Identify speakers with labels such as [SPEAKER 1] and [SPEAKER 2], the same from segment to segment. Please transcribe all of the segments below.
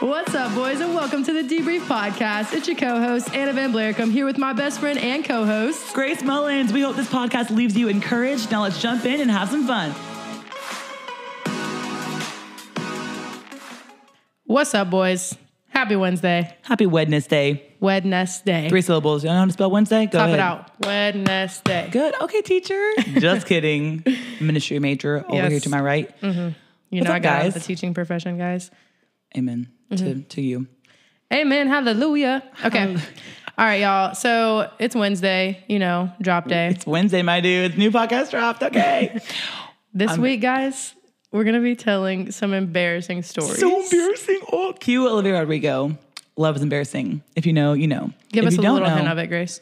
[SPEAKER 1] What's up, boys, and welcome to the Debrief Podcast. It's your co host, Anna Van Blair. I'm here with my best friend and co host.
[SPEAKER 2] Grace Mullins, we hope this podcast leaves you encouraged. Now let's jump in and have some fun.
[SPEAKER 1] What's up, boys? Happy Wednesday.
[SPEAKER 2] Happy Wednesday.
[SPEAKER 1] Wednesday.
[SPEAKER 2] Three syllables. You know how to spell Wednesday? Go
[SPEAKER 1] Top
[SPEAKER 2] ahead.
[SPEAKER 1] it out. Wednesday.
[SPEAKER 2] Good. Okay, teacher. Just kidding. Ministry major over
[SPEAKER 1] Yes. Mm-hmm.
[SPEAKER 2] here to my right.
[SPEAKER 1] You
[SPEAKER 2] What's
[SPEAKER 1] know,
[SPEAKER 2] up,
[SPEAKER 1] I got out of
[SPEAKER 2] guys?
[SPEAKER 1] the teaching profession, guys.
[SPEAKER 2] Amen
[SPEAKER 1] Mm-hmm.
[SPEAKER 2] to, to you.
[SPEAKER 1] Amen. Hallelujah. Okay. All right, y'all. So it's Wednesday, you know, drop day.
[SPEAKER 2] It's Wednesday, my dudes. New podcast dropped. Okay.
[SPEAKER 1] This week, guys, we're going to be telling some embarrassing stories.
[SPEAKER 2] so embarrassing. Oh, cue Olivia Rodrigo. Love is embarrassing. If you know, you know.
[SPEAKER 1] Give
[SPEAKER 2] if
[SPEAKER 1] us
[SPEAKER 2] you
[SPEAKER 1] a
[SPEAKER 2] don't
[SPEAKER 1] little
[SPEAKER 2] know,
[SPEAKER 1] hint of it, Grace.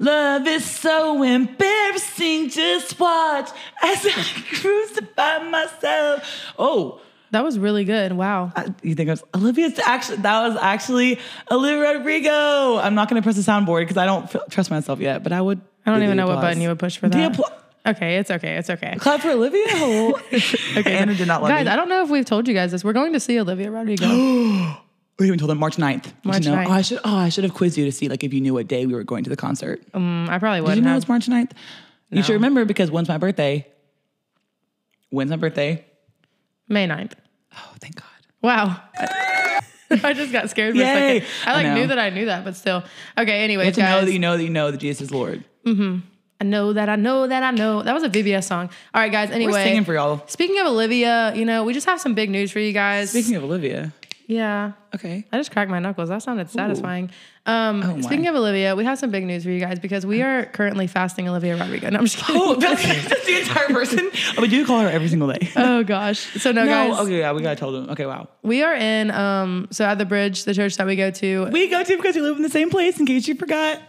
[SPEAKER 2] Love is so embarrassing. Just watch as I crucify myself. Oh,
[SPEAKER 1] That was really good. Wow.
[SPEAKER 2] I- you think it was Olivia's actually that was actually Olivia Rodrigo. I'm not gonna press the soundboard because I don't feel, trust myself yet, but I would.
[SPEAKER 1] I don't even know what button you would push for
[SPEAKER 2] The
[SPEAKER 1] that.
[SPEAKER 2] appla-
[SPEAKER 1] Okay, it's okay. It's okay.
[SPEAKER 2] clap for Olivia. okay, Anna did not love
[SPEAKER 1] Guys,
[SPEAKER 2] me.
[SPEAKER 1] I don't know if we've told you guys this. We're going to see Olivia Rodrigo. Mm,
[SPEAKER 2] we even told them March 9th. Did you
[SPEAKER 1] March
[SPEAKER 2] know?
[SPEAKER 1] 9th.
[SPEAKER 2] Oh, I should. Oh, I should have quizzed you to see like if you knew what day we were going to the concert.
[SPEAKER 1] Mm, I probably
[SPEAKER 2] Did
[SPEAKER 1] wouldn't
[SPEAKER 2] you know
[SPEAKER 1] have.
[SPEAKER 2] it's March 9th? You should remember because when's my birthday? When's my birthday?
[SPEAKER 1] May 9th.
[SPEAKER 2] Oh, thank God.
[SPEAKER 1] Wow. I just got scared for a
[SPEAKER 2] Yay.
[SPEAKER 1] second. I
[SPEAKER 2] I
[SPEAKER 1] like
[SPEAKER 2] know.
[SPEAKER 1] knew that I knew that, but still. Okay,
[SPEAKER 2] You
[SPEAKER 1] anyways,
[SPEAKER 2] have to know
[SPEAKER 1] guys.
[SPEAKER 2] that you know that you know that Jesus is Lord.
[SPEAKER 1] I know that I know that I know. That was a VBS song. All right, guys. Anyway,
[SPEAKER 2] We're singing for y'all.
[SPEAKER 1] speaking of Olivia, you know, we just have some big news for you guys.
[SPEAKER 2] Speaking of Olivia,
[SPEAKER 1] yeah.
[SPEAKER 2] okay.
[SPEAKER 1] I just cracked my knuckles. That sounded satisfying. Um,
[SPEAKER 2] Oh, my.
[SPEAKER 1] speaking of Olivia, we have some big news for you guys because we are currently fasting Olivia Rodrigo. No, I'm just kidding.
[SPEAKER 2] Oh, that's, that's the entire person. Oh, we do call her every single day.
[SPEAKER 1] Oh gosh. So no,
[SPEAKER 2] No,
[SPEAKER 1] guys,
[SPEAKER 2] okay, yeah, we gotta tell them. Okay, wow.
[SPEAKER 1] we are in um so at the bridge, the church that we go to.
[SPEAKER 2] We go to because we live in the same place. In case you forgot,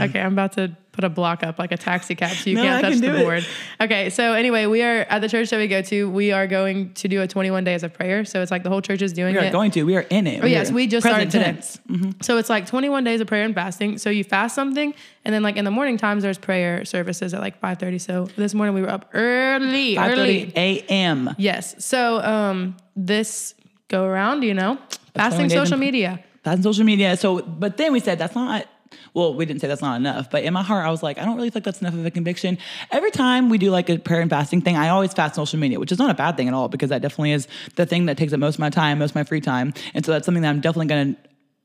[SPEAKER 1] okay, I'm about to put a block up like a taxi cab so you
[SPEAKER 2] No,
[SPEAKER 1] can't
[SPEAKER 2] I
[SPEAKER 1] touch
[SPEAKER 2] can do
[SPEAKER 1] the
[SPEAKER 2] it.
[SPEAKER 1] board. Okay, so anyway, we are at the church that we go to. We are going to do a 21 days of prayer. So it's like the whole church is doing
[SPEAKER 2] we are
[SPEAKER 1] it.
[SPEAKER 2] going to. We are in it. Oh
[SPEAKER 1] yes, we just started today.
[SPEAKER 2] Mm-hmm.
[SPEAKER 1] So it's like 21 days of prayer and fasting. So you fast something, and then like in the morning times, there's prayer services at like 5:30. So this morning we were up early,
[SPEAKER 2] Five
[SPEAKER 1] early.
[SPEAKER 2] thirty a.m.
[SPEAKER 1] Yes. So um, this go around, you know, fasting
[SPEAKER 2] 21 days in
[SPEAKER 1] social
[SPEAKER 2] pr-
[SPEAKER 1] media.
[SPEAKER 2] That's on social media. So, but then we said that's not. Well, we didn't say that's not enough, but in my heart, I was like, I don't really think that's enough of a conviction. Every time we do like a prayer and fasting thing, I always fast social media, which is not a bad thing at all because that definitely is the thing that takes up most of my time, most of my free time, and so that's something that I'm definitely gonna.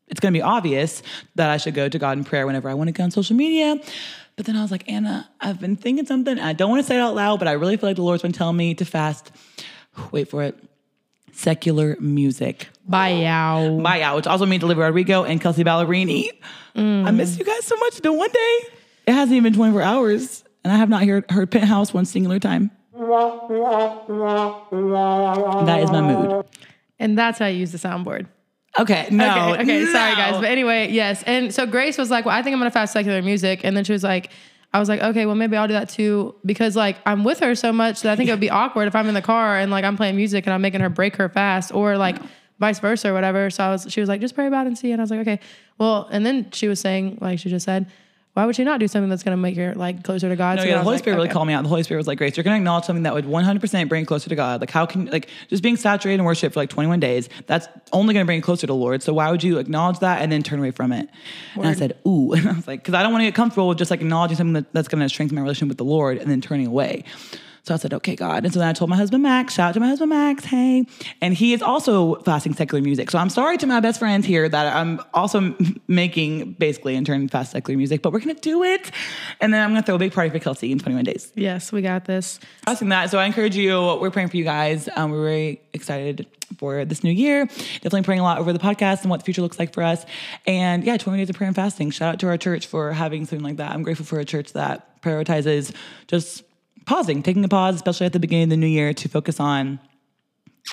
[SPEAKER 2] It's gonna be obvious that I should go to God in prayer whenever I want to go on social media. But then I was like, Anna, I've been thinking something. I don't want to say it out loud, but I really feel like the Lord's been telling me to fast. Wait for it. Secular music.
[SPEAKER 1] Bye, yow.
[SPEAKER 2] Bye out, which also means Olivia Rodrigo and Kelsey Ballerini.
[SPEAKER 1] Mm.
[SPEAKER 2] I miss you guys so much. The one day it hasn't even been 24 hours, and I have not heard, heard Penthouse one singular time. That is my mood.
[SPEAKER 1] And that's how you use the soundboard.
[SPEAKER 2] Okay, no,
[SPEAKER 1] okay, okay, sorry
[SPEAKER 2] Oh, no.
[SPEAKER 1] guys. But anyway, yes. And so Grace was like, Well, I think I'm gonna fast secular music. And then she was like, I was like, okay, well, maybe I'll do that too. Because like I'm with her so much that I think it would be awkward if I'm in the car and like I'm playing music and I'm making her break her fast or like vice versa or whatever. So I was she was like, just pray about it and see. And I was like, okay. Well, and then she was saying, like she just said, why would she not do something that's gonna make her like closer to God?
[SPEAKER 2] No,
[SPEAKER 1] So
[SPEAKER 2] yeah,
[SPEAKER 1] then I
[SPEAKER 2] the
[SPEAKER 1] was
[SPEAKER 2] Holy
[SPEAKER 1] like,
[SPEAKER 2] Spirit really
[SPEAKER 1] okay.
[SPEAKER 2] called me out. The Holy Spirit was like, Grace, you're going to acknowledge something that would 100% bring you closer to God. Like, how can, like, just being saturated in worship for like 21 days, that's only going to bring you closer to the Lord. So why would you acknowledge that and then turn away from it? And I said, ooh. And I was like, because I don't want to get comfortable with just like acknowledging something that, that's going to strengthen my relationship with the Lord and then turning away. So I said, okay, God. And so then I told my husband Max, shout out to my husband Max, hey. And he is also fasting secular music. So I'm sorry to my best friends here that I'm also making basically in turn fast secular music, but we're gonna do it. And then I'm gonna throw a big party for Kelsey in 21 days.
[SPEAKER 1] Yes, we got this.
[SPEAKER 2] Asking that. So I encourage you, we're praying for you guys. Um, we're very excited for this new year. Definitely praying a lot over the podcast and what the future looks like for us. And yeah, 20 days of prayer and fasting. Shout out to our church for having something like that. I'm grateful for a church that prioritizes just pausing, taking a pause, especially at the beginning of the new year to focus on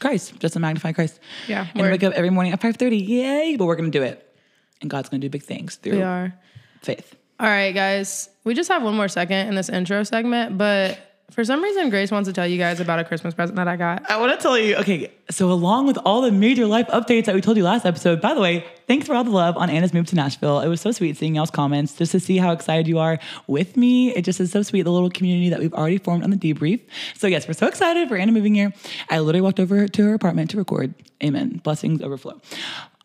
[SPEAKER 2] Christ, just to magnify Christ.
[SPEAKER 1] Yeah,
[SPEAKER 2] And
[SPEAKER 1] word.
[SPEAKER 2] wake up every morning at 5.30. Yay. But we're going to do it. And God's going to do big things through
[SPEAKER 1] We are.
[SPEAKER 2] faith.
[SPEAKER 1] All right, guys. We just have one more second in this intro segment, but For some reason, Grace wants to tell you guys about a Christmas present that I got.
[SPEAKER 2] I want to tell you, okay, so along with all the major life updates that we told you last episode, by the way, thanks for all the love on Anna's move to Nashville. It was so sweet seeing y'all's comments just to see how excited you are with me. It just is so sweet, the little community that we've already formed on the debrief. So, yes, we're so excited for Anna moving here. I literally walked over to her apartment to record. Amen. Blessings overflow.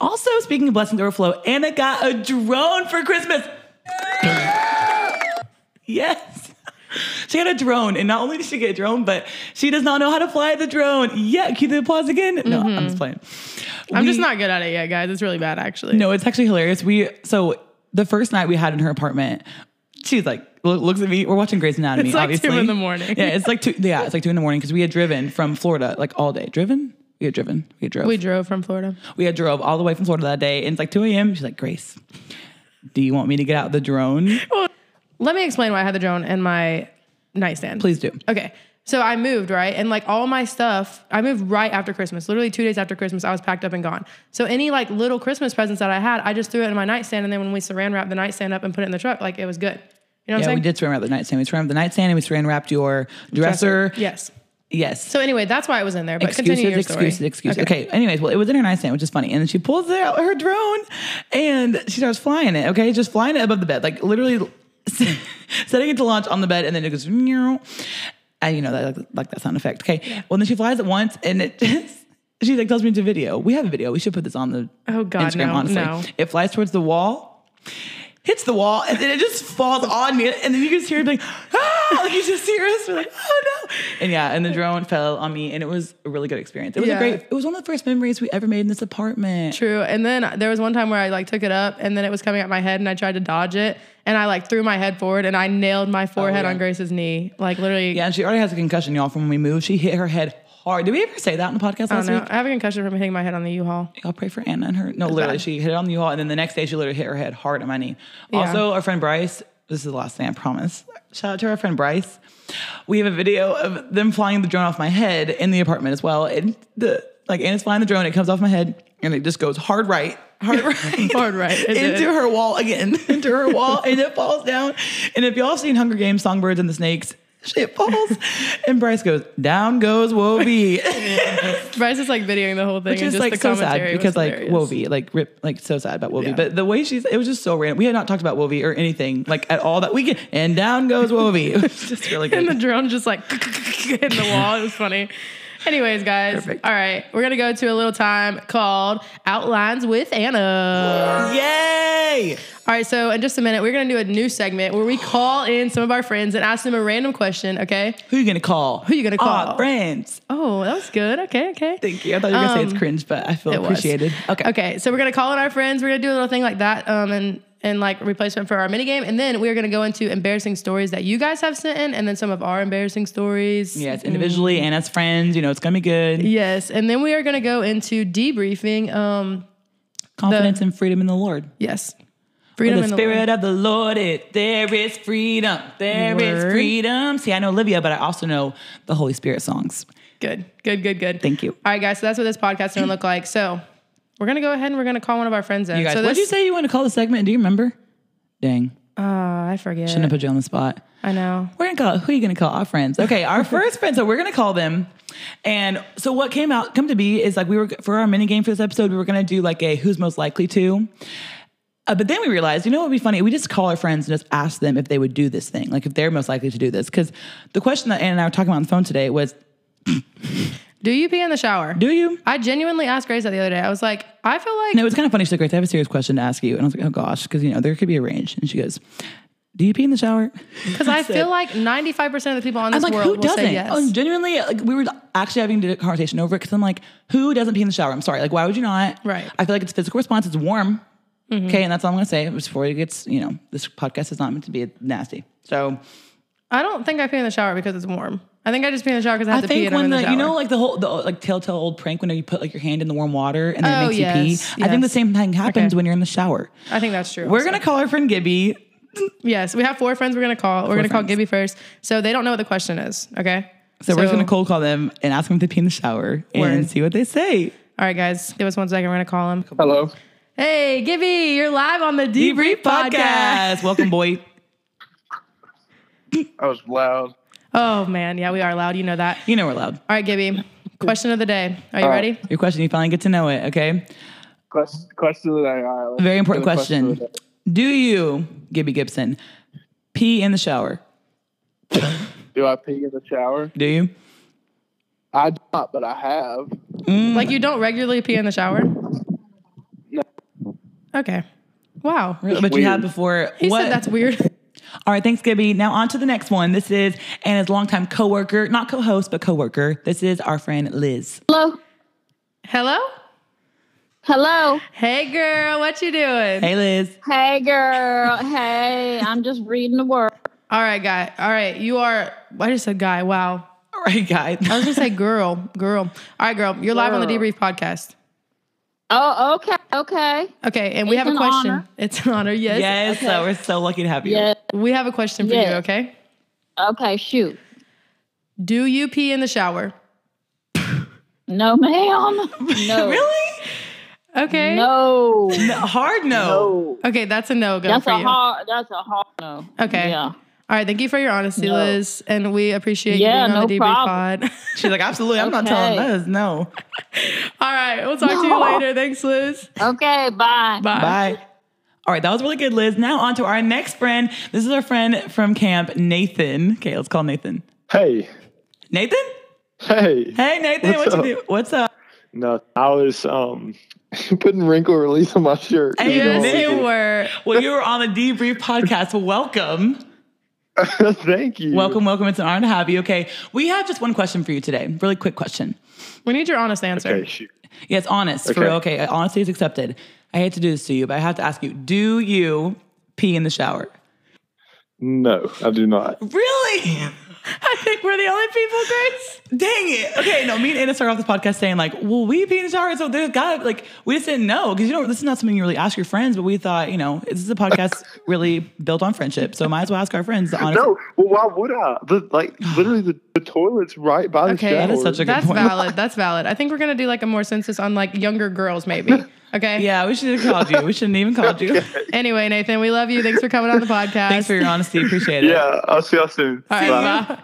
[SPEAKER 2] Also, speaking of blessings overflow, Anna got a drone for Christmas. Yes. She had a drone, and not only did she get a drone, but she does not know how to fly the drone. Yeah, cue the applause again. No, I'm just playing.
[SPEAKER 1] Mm-hmm. I'm
[SPEAKER 2] We-
[SPEAKER 1] just not good at it yet, guys. It's really bad, actually.
[SPEAKER 2] No, it's actually hilarious. We so the first night we had in her apartment, she's like lo- looks at me. We're watching Grey's Anatomy.
[SPEAKER 1] It's like
[SPEAKER 2] obviously.
[SPEAKER 1] two in the morning.
[SPEAKER 2] Yeah, it's like two. Yeah, it's like two in the morning because we had driven from Florida like all day. Driven. We had driven. We had drove.
[SPEAKER 1] We drove from Florida.
[SPEAKER 2] We had drove all the way from Florida that day, and it's like 2 a.m. She's like, Grace, do you want me to get out the drone?
[SPEAKER 1] Let me explain why I had the drone in my nightstand.
[SPEAKER 2] Please do.
[SPEAKER 1] Okay. So I moved, right? And like all my stuff, I moved right after Christmas. Literally two days after Christmas, I was packed up and gone. So any like little Christmas presents that I had, I just threw it in my nightstand. And then when we saran wrapped the nightstand up and put it in the truck, like it was good. You know what I'm
[SPEAKER 2] Yeah,
[SPEAKER 1] saying?
[SPEAKER 2] we did swim wrap the nightstand. We swam wrap the nightstand and we swam wrapped your dresser.
[SPEAKER 1] Yes.
[SPEAKER 2] Yes.
[SPEAKER 1] So anyway, that's why it was in there. But
[SPEAKER 2] excuses,
[SPEAKER 1] continue your story.
[SPEAKER 2] excuses, excuses. Okay. Anyways, well, it was in her nightstand, which is funny. And then she pulls out her drone and she starts flying it. Okay, just flying it above the bed, like literally setting it to launch on the bed, and then it goes. "Meow." And you know that like, like that sound effect. Okay. Well, then she flies it once, and it. she like tells me to video. We have a video. We should put this on the
[SPEAKER 1] Oh, God,
[SPEAKER 2] Instagram.
[SPEAKER 1] no,
[SPEAKER 2] honestly,
[SPEAKER 1] no.
[SPEAKER 2] it flies towards the wall. Hits the wall and then it just falls on me, and then you just hear it like, ah, like you just hear us. We're like, oh no! And yeah, and the drone fell on me, and it was a really good experience. It was
[SPEAKER 1] Yeah.
[SPEAKER 2] a great. It was one of the first memories we ever made in this apartment.
[SPEAKER 1] True. And then there was one time where I like took it up and then it was coming at my head and I tried to dodge it and I like threw my head forward and I nailed my forehead
[SPEAKER 2] Oh, yeah.
[SPEAKER 1] on Grace's knee. Like literally.
[SPEAKER 2] Yeah, and she already has a concussion, y'all. From when we moved, she hit her head hard. Did we ever say that in the podcast
[SPEAKER 1] I don't
[SPEAKER 2] last
[SPEAKER 1] know.
[SPEAKER 2] week?
[SPEAKER 1] I have a concussion from hitting my head on the U-Haul.
[SPEAKER 2] I'll pray for Anna and her. No, literally,
[SPEAKER 1] bad.
[SPEAKER 2] she hit it on the wall, and then the next day she literally hit her head hard on my knee.
[SPEAKER 1] Yeah.
[SPEAKER 2] Also, our friend Bryce. This is the last thing I promise. Shout out to our friend Bryce. We have a video of them flying the drone off my head in the apartment as well. And the like Anna's flying the drone, it comes off my head, and it just goes hard right, hard right,
[SPEAKER 1] Hard right, it
[SPEAKER 2] into
[SPEAKER 1] did.
[SPEAKER 2] her wall again, into her wall, and it falls down. And if y'all have seen Hunger Games, Songbirds and the Snakes. Shit falls, and Bryce goes down goes Wobie.
[SPEAKER 1] Bryce is like videoing the whole thing
[SPEAKER 2] Which
[SPEAKER 1] and
[SPEAKER 2] is
[SPEAKER 1] just
[SPEAKER 2] like
[SPEAKER 1] the
[SPEAKER 2] so sad
[SPEAKER 1] commentary was
[SPEAKER 2] because like
[SPEAKER 1] hilarious.
[SPEAKER 2] Wovie, like rip, like so sad about Wovie.
[SPEAKER 1] Yeah.
[SPEAKER 2] But the way she's, it was just so random. We had not talked about Wovie or anything like at all that weekend. And down goes Wovie. It was just really
[SPEAKER 1] And the
[SPEAKER 2] good.
[SPEAKER 1] drone just like hitting the wall. It was funny. Anyways, guys.
[SPEAKER 2] Perfect.
[SPEAKER 1] All right. We're gonna go to a little time called Outlines with Anna.
[SPEAKER 2] Yay!
[SPEAKER 1] All right, so in just a minute, we're gonna do a new segment where we call in some of our friends and ask them a random question, okay?
[SPEAKER 2] Who you gonna call? Who
[SPEAKER 1] you gonna call?
[SPEAKER 2] friends.
[SPEAKER 1] Oh, that was good. Okay, okay.
[SPEAKER 2] Thank you. I thought you were gonna say
[SPEAKER 1] Um,
[SPEAKER 2] it's cringe, but I feel
[SPEAKER 1] It was.
[SPEAKER 2] appreciated. Okay.
[SPEAKER 1] Okay. So we're gonna call in our friends. We're gonna do a little thing like that, um, and and like replacement for our mini game, and then we're gonna go into embarrassing stories that you guys have sent in, and then some of our embarrassing stories.
[SPEAKER 2] Yes, individually and as friends, you know it's gonna be good.
[SPEAKER 1] Yes, and then we are gonna go into debriefing. Um,
[SPEAKER 2] Confidence and freedom in the Lord.
[SPEAKER 1] yes,
[SPEAKER 2] For
[SPEAKER 1] freedom
[SPEAKER 2] the
[SPEAKER 1] in the
[SPEAKER 2] spirit
[SPEAKER 1] Lord.
[SPEAKER 2] of the Lord, it there is freedom. There is
[SPEAKER 1] Word.
[SPEAKER 2] freedom. See, I know Olivia, but I also know the Holy Spirit songs.
[SPEAKER 1] Good, good, good, good.
[SPEAKER 2] Thank you.
[SPEAKER 1] All right, guys. So that's what this podcast is gonna look like. So we're gonna go ahead and we're gonna call one of our friends in.
[SPEAKER 2] You guys,
[SPEAKER 1] so
[SPEAKER 2] what did you
[SPEAKER 1] this-
[SPEAKER 2] say you want to call the segment? Do you remember? Dang,
[SPEAKER 1] Ah, I forget.
[SPEAKER 2] didn't I put you on the spot?
[SPEAKER 1] I know.
[SPEAKER 2] We're gonna call. Who are you gonna call? Our friends. Okay, our first friend. So we're gonna call them. And so what came out come to be is like we were for our mini game for this episode. We were gonna do like a who's most likely to. Uh, but then we realized, you know what would be funny? We just call our friends and just ask them if they would do this thing, like if they're most likely to do this. Because the question that Ann and I were talking about on the phone today was,
[SPEAKER 1] Do you pee in the shower?
[SPEAKER 2] do you?
[SPEAKER 1] I genuinely asked Grace that the other day. I was like, I feel like
[SPEAKER 2] No, it's kind of funny. She's like, Grace, I have a serious question to ask you. And I was like, oh gosh, because you know there could be a range. And she goes, do you pee in the shower?
[SPEAKER 1] Because I feel like 95% of the people on
[SPEAKER 2] I'm
[SPEAKER 1] this
[SPEAKER 2] like,
[SPEAKER 1] world
[SPEAKER 2] who
[SPEAKER 1] will
[SPEAKER 2] doesn't?
[SPEAKER 1] say yes.
[SPEAKER 2] Oh, genuinely, like we were actually having a conversation over it because I'm like, who doesn't pee in the shower? I'm sorry, like why would you not?
[SPEAKER 1] Right. Mm-hmm.
[SPEAKER 2] I feel like it's physical response. It's warm. Okay, and that's all I'm gonna say before it gets. You know, this podcast is not meant to be nasty. So
[SPEAKER 1] I don't think I pee in the shower because it's warm. I think I just pee in the shower because I have to
[SPEAKER 2] I
[SPEAKER 1] pee
[SPEAKER 2] think
[SPEAKER 1] and I'm in
[SPEAKER 2] when
[SPEAKER 1] the,
[SPEAKER 2] the,
[SPEAKER 1] shower.
[SPEAKER 2] you know like the whole the like telltale old prank whenever you put like your hand in the warm water and then
[SPEAKER 1] Oh,
[SPEAKER 2] it makes
[SPEAKER 1] yes,
[SPEAKER 2] you pee. I think the
[SPEAKER 1] yes.
[SPEAKER 2] same thing happens
[SPEAKER 1] Okay.
[SPEAKER 2] when you're in the shower.
[SPEAKER 1] I think that's true.
[SPEAKER 2] We're gonna call our friend Gibby.
[SPEAKER 1] yes, we have four friends we're going to call. we we're going to call
[SPEAKER 2] friends.
[SPEAKER 1] Gibby first. So they don't know what the question is. Okay.
[SPEAKER 2] So, we're just gonna cold call them and ask them to pee in the shower
[SPEAKER 1] Word.
[SPEAKER 2] and see what they say.
[SPEAKER 1] All right, guys. Give us one second. We're going to call him.
[SPEAKER 3] Hello.
[SPEAKER 1] Hey, Gibby, you're live on the Debrief, podcast.
[SPEAKER 2] Welcome, boy.
[SPEAKER 3] I was loud.
[SPEAKER 1] Oh, Oh man, yeah, we are loud. You know that.
[SPEAKER 2] You know we're loud.
[SPEAKER 1] All right, Gibby. Question of the day. Are you
[SPEAKER 3] All right.
[SPEAKER 1] ready?
[SPEAKER 2] Your question, you finally get to know it, okay?
[SPEAKER 3] Question, question of the day. All right, let's
[SPEAKER 2] Very
[SPEAKER 3] do
[SPEAKER 2] important
[SPEAKER 3] the of
[SPEAKER 2] question.
[SPEAKER 3] the day.
[SPEAKER 2] Do you, Gibby Gibson, pee in the shower?
[SPEAKER 3] Do I pee in the shower?
[SPEAKER 2] Do you?
[SPEAKER 3] I do not, but I have.
[SPEAKER 1] Like you don't regularly pee in the shower?
[SPEAKER 3] Hmm. No.
[SPEAKER 1] Okay. Wow.
[SPEAKER 2] Really? But you
[SPEAKER 3] weird.
[SPEAKER 2] have before.
[SPEAKER 1] He
[SPEAKER 2] what?
[SPEAKER 1] said that's weird.
[SPEAKER 2] All right, thanks, Gibby. Now on to the next one. This is Anna's longtime coworker, not co-host, but coworker. This is our friend Liz.
[SPEAKER 4] Hello.
[SPEAKER 1] Hello?
[SPEAKER 4] Hello.
[SPEAKER 1] Hey girl, what you doing?
[SPEAKER 2] Hey, Liz.
[SPEAKER 4] Hey, girl. Hey, I'm just reading the word.
[SPEAKER 1] All right, guy. All right, you are I just said guy. Wow.
[SPEAKER 2] All right, guys.
[SPEAKER 1] I was gonna say girl, girl. All right, girl. You're live on the
[SPEAKER 3] Girl.
[SPEAKER 1] debrief podcast.
[SPEAKER 4] Oh, okay. Okay.
[SPEAKER 1] Okay, and we
[SPEAKER 4] It's
[SPEAKER 1] have a
[SPEAKER 4] an
[SPEAKER 1] question.
[SPEAKER 4] honor.
[SPEAKER 1] It's an honor, yes.
[SPEAKER 2] yes, so we're so lucky to have you.
[SPEAKER 4] Yeah.
[SPEAKER 1] We have a question for
[SPEAKER 4] Yes.
[SPEAKER 1] you, okay?
[SPEAKER 4] Okay. Shoot.
[SPEAKER 1] Do you pee in the shower?
[SPEAKER 4] No, ma'am. No.
[SPEAKER 2] Really?
[SPEAKER 1] Okay.
[SPEAKER 4] No.
[SPEAKER 2] No, hard no.
[SPEAKER 4] No.
[SPEAKER 1] Okay, that's a no go
[SPEAKER 4] That's
[SPEAKER 1] for
[SPEAKER 4] a
[SPEAKER 1] you.
[SPEAKER 4] hard. That's a hard no.
[SPEAKER 1] Okay.
[SPEAKER 4] Yeah.
[SPEAKER 1] All right, thank you for your honesty,
[SPEAKER 4] No.
[SPEAKER 1] Liz, and we appreciate
[SPEAKER 4] Yeah,
[SPEAKER 1] you being on
[SPEAKER 4] no
[SPEAKER 1] the debrief
[SPEAKER 4] problem.
[SPEAKER 1] pod.
[SPEAKER 2] She's like, absolutely, I'm not telling
[SPEAKER 4] Okay.
[SPEAKER 2] Liz. No.
[SPEAKER 1] All right, we'll talk to you
[SPEAKER 4] No.
[SPEAKER 1] later. Thanks, Liz.
[SPEAKER 4] Okay. Bye.
[SPEAKER 1] Bye.
[SPEAKER 2] Bye. All right, that was really good, Liz. Now on to our next friend. This is our friend from camp, Nathan. Okay, let's call Nathan.
[SPEAKER 5] Hey,
[SPEAKER 2] Nathan?
[SPEAKER 5] hey.
[SPEAKER 2] Hey, Nathan, what
[SPEAKER 5] What's
[SPEAKER 2] you do? What's up?
[SPEAKER 5] No, I was um putting wrinkle release on my shirt.
[SPEAKER 2] Hey,
[SPEAKER 5] You know,
[SPEAKER 1] Yes,
[SPEAKER 2] Nathan.
[SPEAKER 1] you were.
[SPEAKER 2] Well, you were on the debrief podcast. Welcome.
[SPEAKER 5] Thank you.
[SPEAKER 2] Welcome, welcome. It's an honor to have you. Okay, we have just one question for you today. Really quick question.
[SPEAKER 1] We need your honest answer.
[SPEAKER 5] Okay, shoot.
[SPEAKER 2] Yes, honest. For
[SPEAKER 5] Okay.
[SPEAKER 2] real. Okay, honesty is accepted. I hate to do this to you, but I have to ask you: Do you pee in the shower?
[SPEAKER 5] No, I do not.
[SPEAKER 2] Really?
[SPEAKER 1] I think we're the only people, Grace.
[SPEAKER 2] Dang it. Okay, no. Me and Anna started off the podcast saying like, "Well, we pee in the shower," so there's got like we just didn't know because you know this is not something you really ask your friends. But we thought you know this is a podcast really built on friendship, so might as well ask our friends. The honest.
[SPEAKER 5] No, well, why would I? The, like literally, the, the toilet's right by the
[SPEAKER 1] Okay.
[SPEAKER 5] shower.
[SPEAKER 1] That
[SPEAKER 2] is such a good
[SPEAKER 1] That's
[SPEAKER 2] point.
[SPEAKER 1] valid. That's valid. I think we're gonna do like a more census on like younger girls, maybe. Okay.
[SPEAKER 2] Yeah, we should have called you. We shouldn't even called you.
[SPEAKER 1] Anyway, Nathan, we love you. Thanks for coming on the podcast.
[SPEAKER 2] Thanks for your honesty. Appreciate it.
[SPEAKER 5] yeah, I'll see y'all soon.
[SPEAKER 1] All right,
[SPEAKER 5] Bye.
[SPEAKER 1] bye.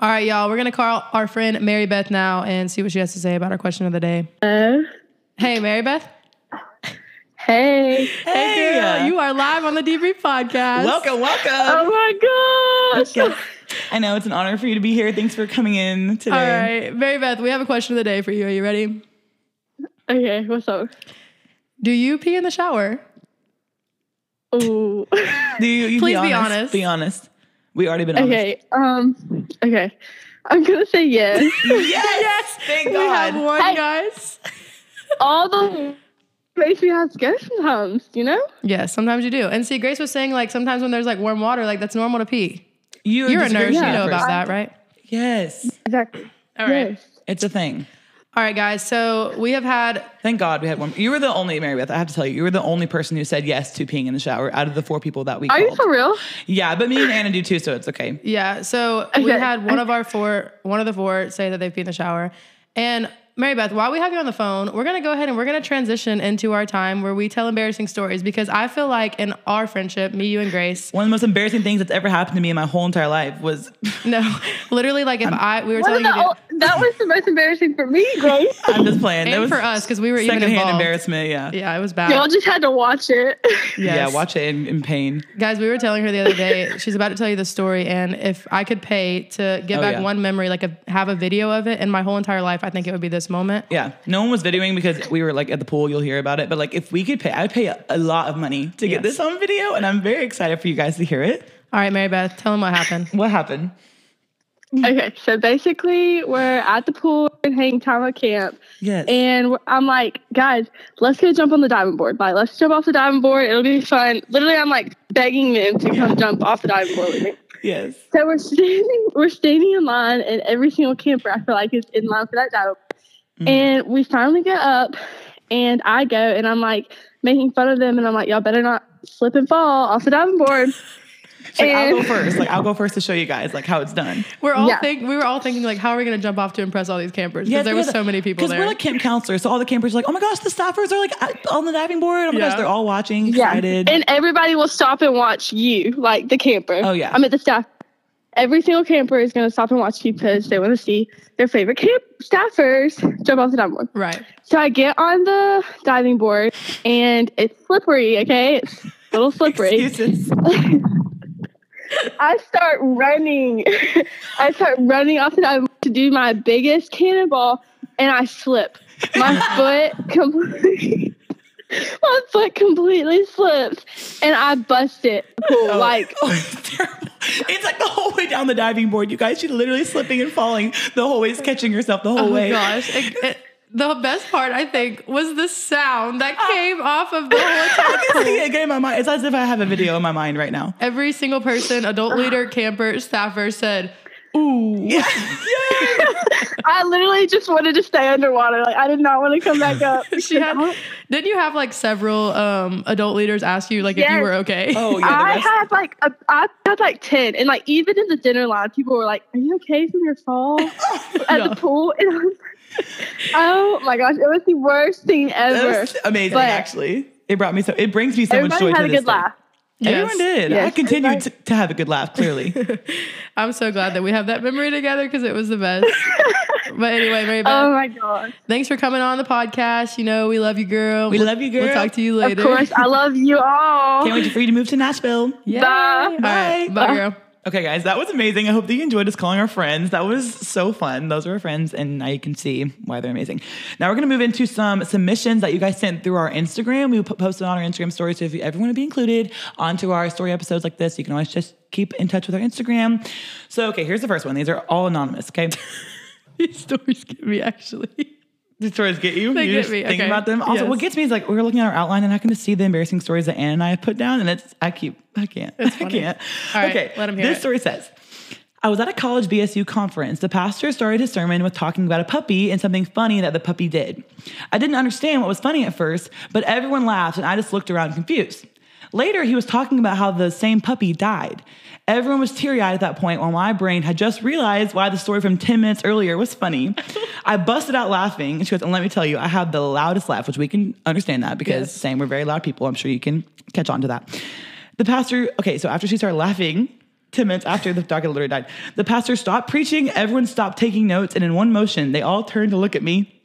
[SPEAKER 1] All right, y'all. We're gonna call our friend Mary Beth now and see what she has to say about our question of the day.
[SPEAKER 4] Hello.
[SPEAKER 1] Hey, Mary Beth. Hey,
[SPEAKER 4] Hey.
[SPEAKER 2] Hey. uh,
[SPEAKER 1] girl, you are live on the Debrief Podcast.
[SPEAKER 2] Welcome, welcome.
[SPEAKER 4] Oh my gosh.
[SPEAKER 2] Yes. I know it's an honor for you to be here. Thanks for coming in today.
[SPEAKER 1] All right, Mary Beth, we have a question of the day for you. Are you ready?
[SPEAKER 4] Okay. What's up?
[SPEAKER 1] Do you pee in the shower?
[SPEAKER 4] Ooh.
[SPEAKER 2] Do you, you
[SPEAKER 1] Please be
[SPEAKER 2] be honest.
[SPEAKER 1] honest.
[SPEAKER 2] Be honest. We already been
[SPEAKER 4] okay. Um. Okay. I'm gonna say yes.
[SPEAKER 2] honest. Yes. Thank
[SPEAKER 1] We have
[SPEAKER 2] Oh God.
[SPEAKER 1] one,
[SPEAKER 4] Hey.
[SPEAKER 1] guys.
[SPEAKER 4] All the makes me have to go sometimes. You know.
[SPEAKER 1] Yes, sometimes you do. And see, Grace was saying like sometimes when there's like warm water, like that's normal to pee.
[SPEAKER 2] You
[SPEAKER 1] You're a nurse, you
[SPEAKER 2] disagreeing
[SPEAKER 1] know
[SPEAKER 2] with
[SPEAKER 1] about
[SPEAKER 2] us.
[SPEAKER 1] that, right?
[SPEAKER 2] Yes.
[SPEAKER 4] Exactly.
[SPEAKER 1] All right.
[SPEAKER 4] Yes.
[SPEAKER 2] It's a thing.
[SPEAKER 1] All right, guys. So we have had
[SPEAKER 2] Thank God we had one. You were the only, Mary Beth, I have to tell you, you were the only person who said yes to peeing in the shower out of the four people that we
[SPEAKER 4] Are you
[SPEAKER 2] called.
[SPEAKER 4] for real?
[SPEAKER 2] Yeah, but me and Anna do too, so it's okay.
[SPEAKER 1] Yeah. So we
[SPEAKER 4] Okay.
[SPEAKER 1] had one of our four, one of the four say that they pee in the shower. And Mary Beth, while we have you on the phone, we're gonna go ahead and we're gonna transition into our time where we tell embarrassing stories because I feel like in our friendship, me, you, and Grace,
[SPEAKER 2] One of the most embarrassing things that's ever happened to me in my whole entire life was
[SPEAKER 1] no, literally like if I we were
[SPEAKER 4] What
[SPEAKER 1] telling you
[SPEAKER 4] about-
[SPEAKER 1] to,
[SPEAKER 4] Oh, that was the most embarrassing for me, Grace.
[SPEAKER 2] I'm just playing. that
[SPEAKER 1] and
[SPEAKER 2] was
[SPEAKER 1] for us because we were even
[SPEAKER 2] secondhand
[SPEAKER 1] involved.
[SPEAKER 2] embarrassment. Yeah.
[SPEAKER 1] Yeah, it was
[SPEAKER 4] Y'all
[SPEAKER 1] bad.
[SPEAKER 4] just had to watch it.
[SPEAKER 2] Yeah.
[SPEAKER 1] Yes.
[SPEAKER 2] Watch it in, in pain.
[SPEAKER 1] Guys, we were telling her the other day, she's about to tell you the story, and if I could pay to get
[SPEAKER 2] Oh,
[SPEAKER 1] back
[SPEAKER 2] yeah.
[SPEAKER 1] one memory, like a, have a video of it in my whole entire life, I think it would be this moment.
[SPEAKER 2] Yeah, no one was videoing because we were like at the pool. You'll hear about it. But like, if we could pay, I'd pay a, a lot of money to
[SPEAKER 1] Yes.
[SPEAKER 2] get this on video, and I'm very excited for you guys to hear it.
[SPEAKER 1] All right, Mary Beth, tell them what happened.
[SPEAKER 2] What happened?
[SPEAKER 4] okay, so basically, we're at the pool in Hang Time Camp,
[SPEAKER 2] Yes.
[SPEAKER 4] and we're- I'm like, guys, let's go jump on the diving board. Like, let's jump off the diving board. It'll be fun. Literally, I'm like begging them to come jump off the diving board with me.
[SPEAKER 2] yes.
[SPEAKER 4] So we're standing, we're standing in line, and every single camper I feel like is in line for that job.
[SPEAKER 2] Mm-hmm.
[SPEAKER 4] And we finally get up, and I go, and I'm like making fun of them, and I'm like, y'all better not slip and fall off the diving board.
[SPEAKER 2] She's Like, I'll go
[SPEAKER 4] and-
[SPEAKER 2] first. Like I'll go first to show you guys like how it's done.
[SPEAKER 1] We're all
[SPEAKER 4] Yeah.
[SPEAKER 1] think we were all thinking like, how are we going to jump off to impress all these campers? Because there were so many people
[SPEAKER 2] Because
[SPEAKER 1] there.
[SPEAKER 2] we're like camp counselors, so all the campers are like, "Oh my gosh, the staffers are like at- on the diving board. Oh my
[SPEAKER 1] Yeah.
[SPEAKER 2] gosh, they're all watching,
[SPEAKER 4] Yeah.
[SPEAKER 2] excited."
[SPEAKER 4] And everybody will stop and watch you, like the camper.
[SPEAKER 2] Oh, yeah.
[SPEAKER 4] I'm at the staff. every single camper is going to stop and watch you because they want to see their favorite camp staffers jump off the downboard.
[SPEAKER 1] Right.
[SPEAKER 4] So I get on the diving board and it's slippery, okay? It's a little slippery.
[SPEAKER 2] Excuses.
[SPEAKER 4] I start running. I start running off the diving board to do my biggest cannonball and I slip. My foot completely my foot completely slips and I bust it. Cool. Like
[SPEAKER 2] Oh, it's terrible. It's like the whole way down the diving board, you guys. She's literally slipping and falling the whole way, is catching herself the whole
[SPEAKER 1] Oh my
[SPEAKER 2] way.
[SPEAKER 1] gosh. It- it- the best part, I think, was the sound that came off of the whole entire
[SPEAKER 2] It's like it got in my mind. It's as if I have a video in my mind right now.
[SPEAKER 1] Every single person, adult leader, camper, staffer said, Ooh.
[SPEAKER 4] I literally just wanted to stay underwater. Like I did not want to come back up.
[SPEAKER 1] She had, didn't you have like several um, adult leaders ask you like if you
[SPEAKER 4] Yes.
[SPEAKER 1] were okay?
[SPEAKER 2] Oh yeah, the
[SPEAKER 4] I
[SPEAKER 2] best.
[SPEAKER 4] had like a, I had like ten, and like even in the dinner line, people were like, "Are you okay from your fall at
[SPEAKER 1] No.
[SPEAKER 4] the pool?" And I was like, "Oh my gosh, it was the worst thing
[SPEAKER 2] That
[SPEAKER 4] ever."
[SPEAKER 2] was amazing.
[SPEAKER 4] But-
[SPEAKER 2] actually, it brought me so. It brings me so much joy.
[SPEAKER 4] Everybody
[SPEAKER 2] to
[SPEAKER 4] had a
[SPEAKER 2] this
[SPEAKER 4] good
[SPEAKER 2] day.
[SPEAKER 4] laugh.
[SPEAKER 2] Everyone did. I
[SPEAKER 4] Yes,
[SPEAKER 2] continued to,
[SPEAKER 4] everybody-
[SPEAKER 2] to have a good laugh. Clearly,
[SPEAKER 1] I'm so glad that we have that memory together because it was the best. but anyway, Mary Beth,
[SPEAKER 4] Oh my gosh!
[SPEAKER 1] thanks for coming on the podcast. You know, we love you, girl.
[SPEAKER 2] we love you, girl.
[SPEAKER 1] We'll talk to you later.
[SPEAKER 4] Of course, I love you all.
[SPEAKER 2] Can't wait for you to move to Nashville.
[SPEAKER 1] Yay.
[SPEAKER 4] Bye.
[SPEAKER 1] All right. Bye, girl.
[SPEAKER 2] Okay, guys, that was amazing. I hope that you enjoyed us calling our friends. That was so fun. Those were our friends, and now you can see why they're amazing. Now we're gonna move into some submissions that you guys sent through our Instagram. We po- posted on our Instagram story, so if you ever want to be included onto our story episodes like this, you can always just keep in touch with our Instagram. So, okay, here's the first one. These are all anonymous. Okay,
[SPEAKER 1] These stories get me actually.
[SPEAKER 2] the stories get you.
[SPEAKER 1] They
[SPEAKER 2] you
[SPEAKER 1] get
[SPEAKER 2] just
[SPEAKER 1] me,
[SPEAKER 2] Think
[SPEAKER 1] okay.
[SPEAKER 2] about them. Also,
[SPEAKER 1] Yes.
[SPEAKER 2] what gets me is like we were looking at our outline, and I can just see the embarrassing stories that Ann and I have put down, and it's I keep I can't I
[SPEAKER 1] funny.
[SPEAKER 2] can't.
[SPEAKER 1] All right,
[SPEAKER 2] okay,
[SPEAKER 1] let 'em hear
[SPEAKER 2] This
[SPEAKER 1] it.
[SPEAKER 2] story says. I was at a college BSU conference. The pastor started his sermon with talking about a puppy and something funny that the puppy did. I didn't understand what was funny at first, but everyone laughed and I just looked around confused. Later, he was talking about how the same puppy died. Everyone was teary eyed at that point while my brain had just realized why the story from 10 minutes earlier was funny. I busted out laughing and she goes, and let me tell you, I have the loudest laugh, which we can understand that because, same, we're very loud people. I'm sure you can catch on to that. The pastor, okay, so after she started laughing, 10 minutes after the dog had literally died, the pastor stopped preaching. Everyone stopped taking notes. And in one motion, they all turned to look at me.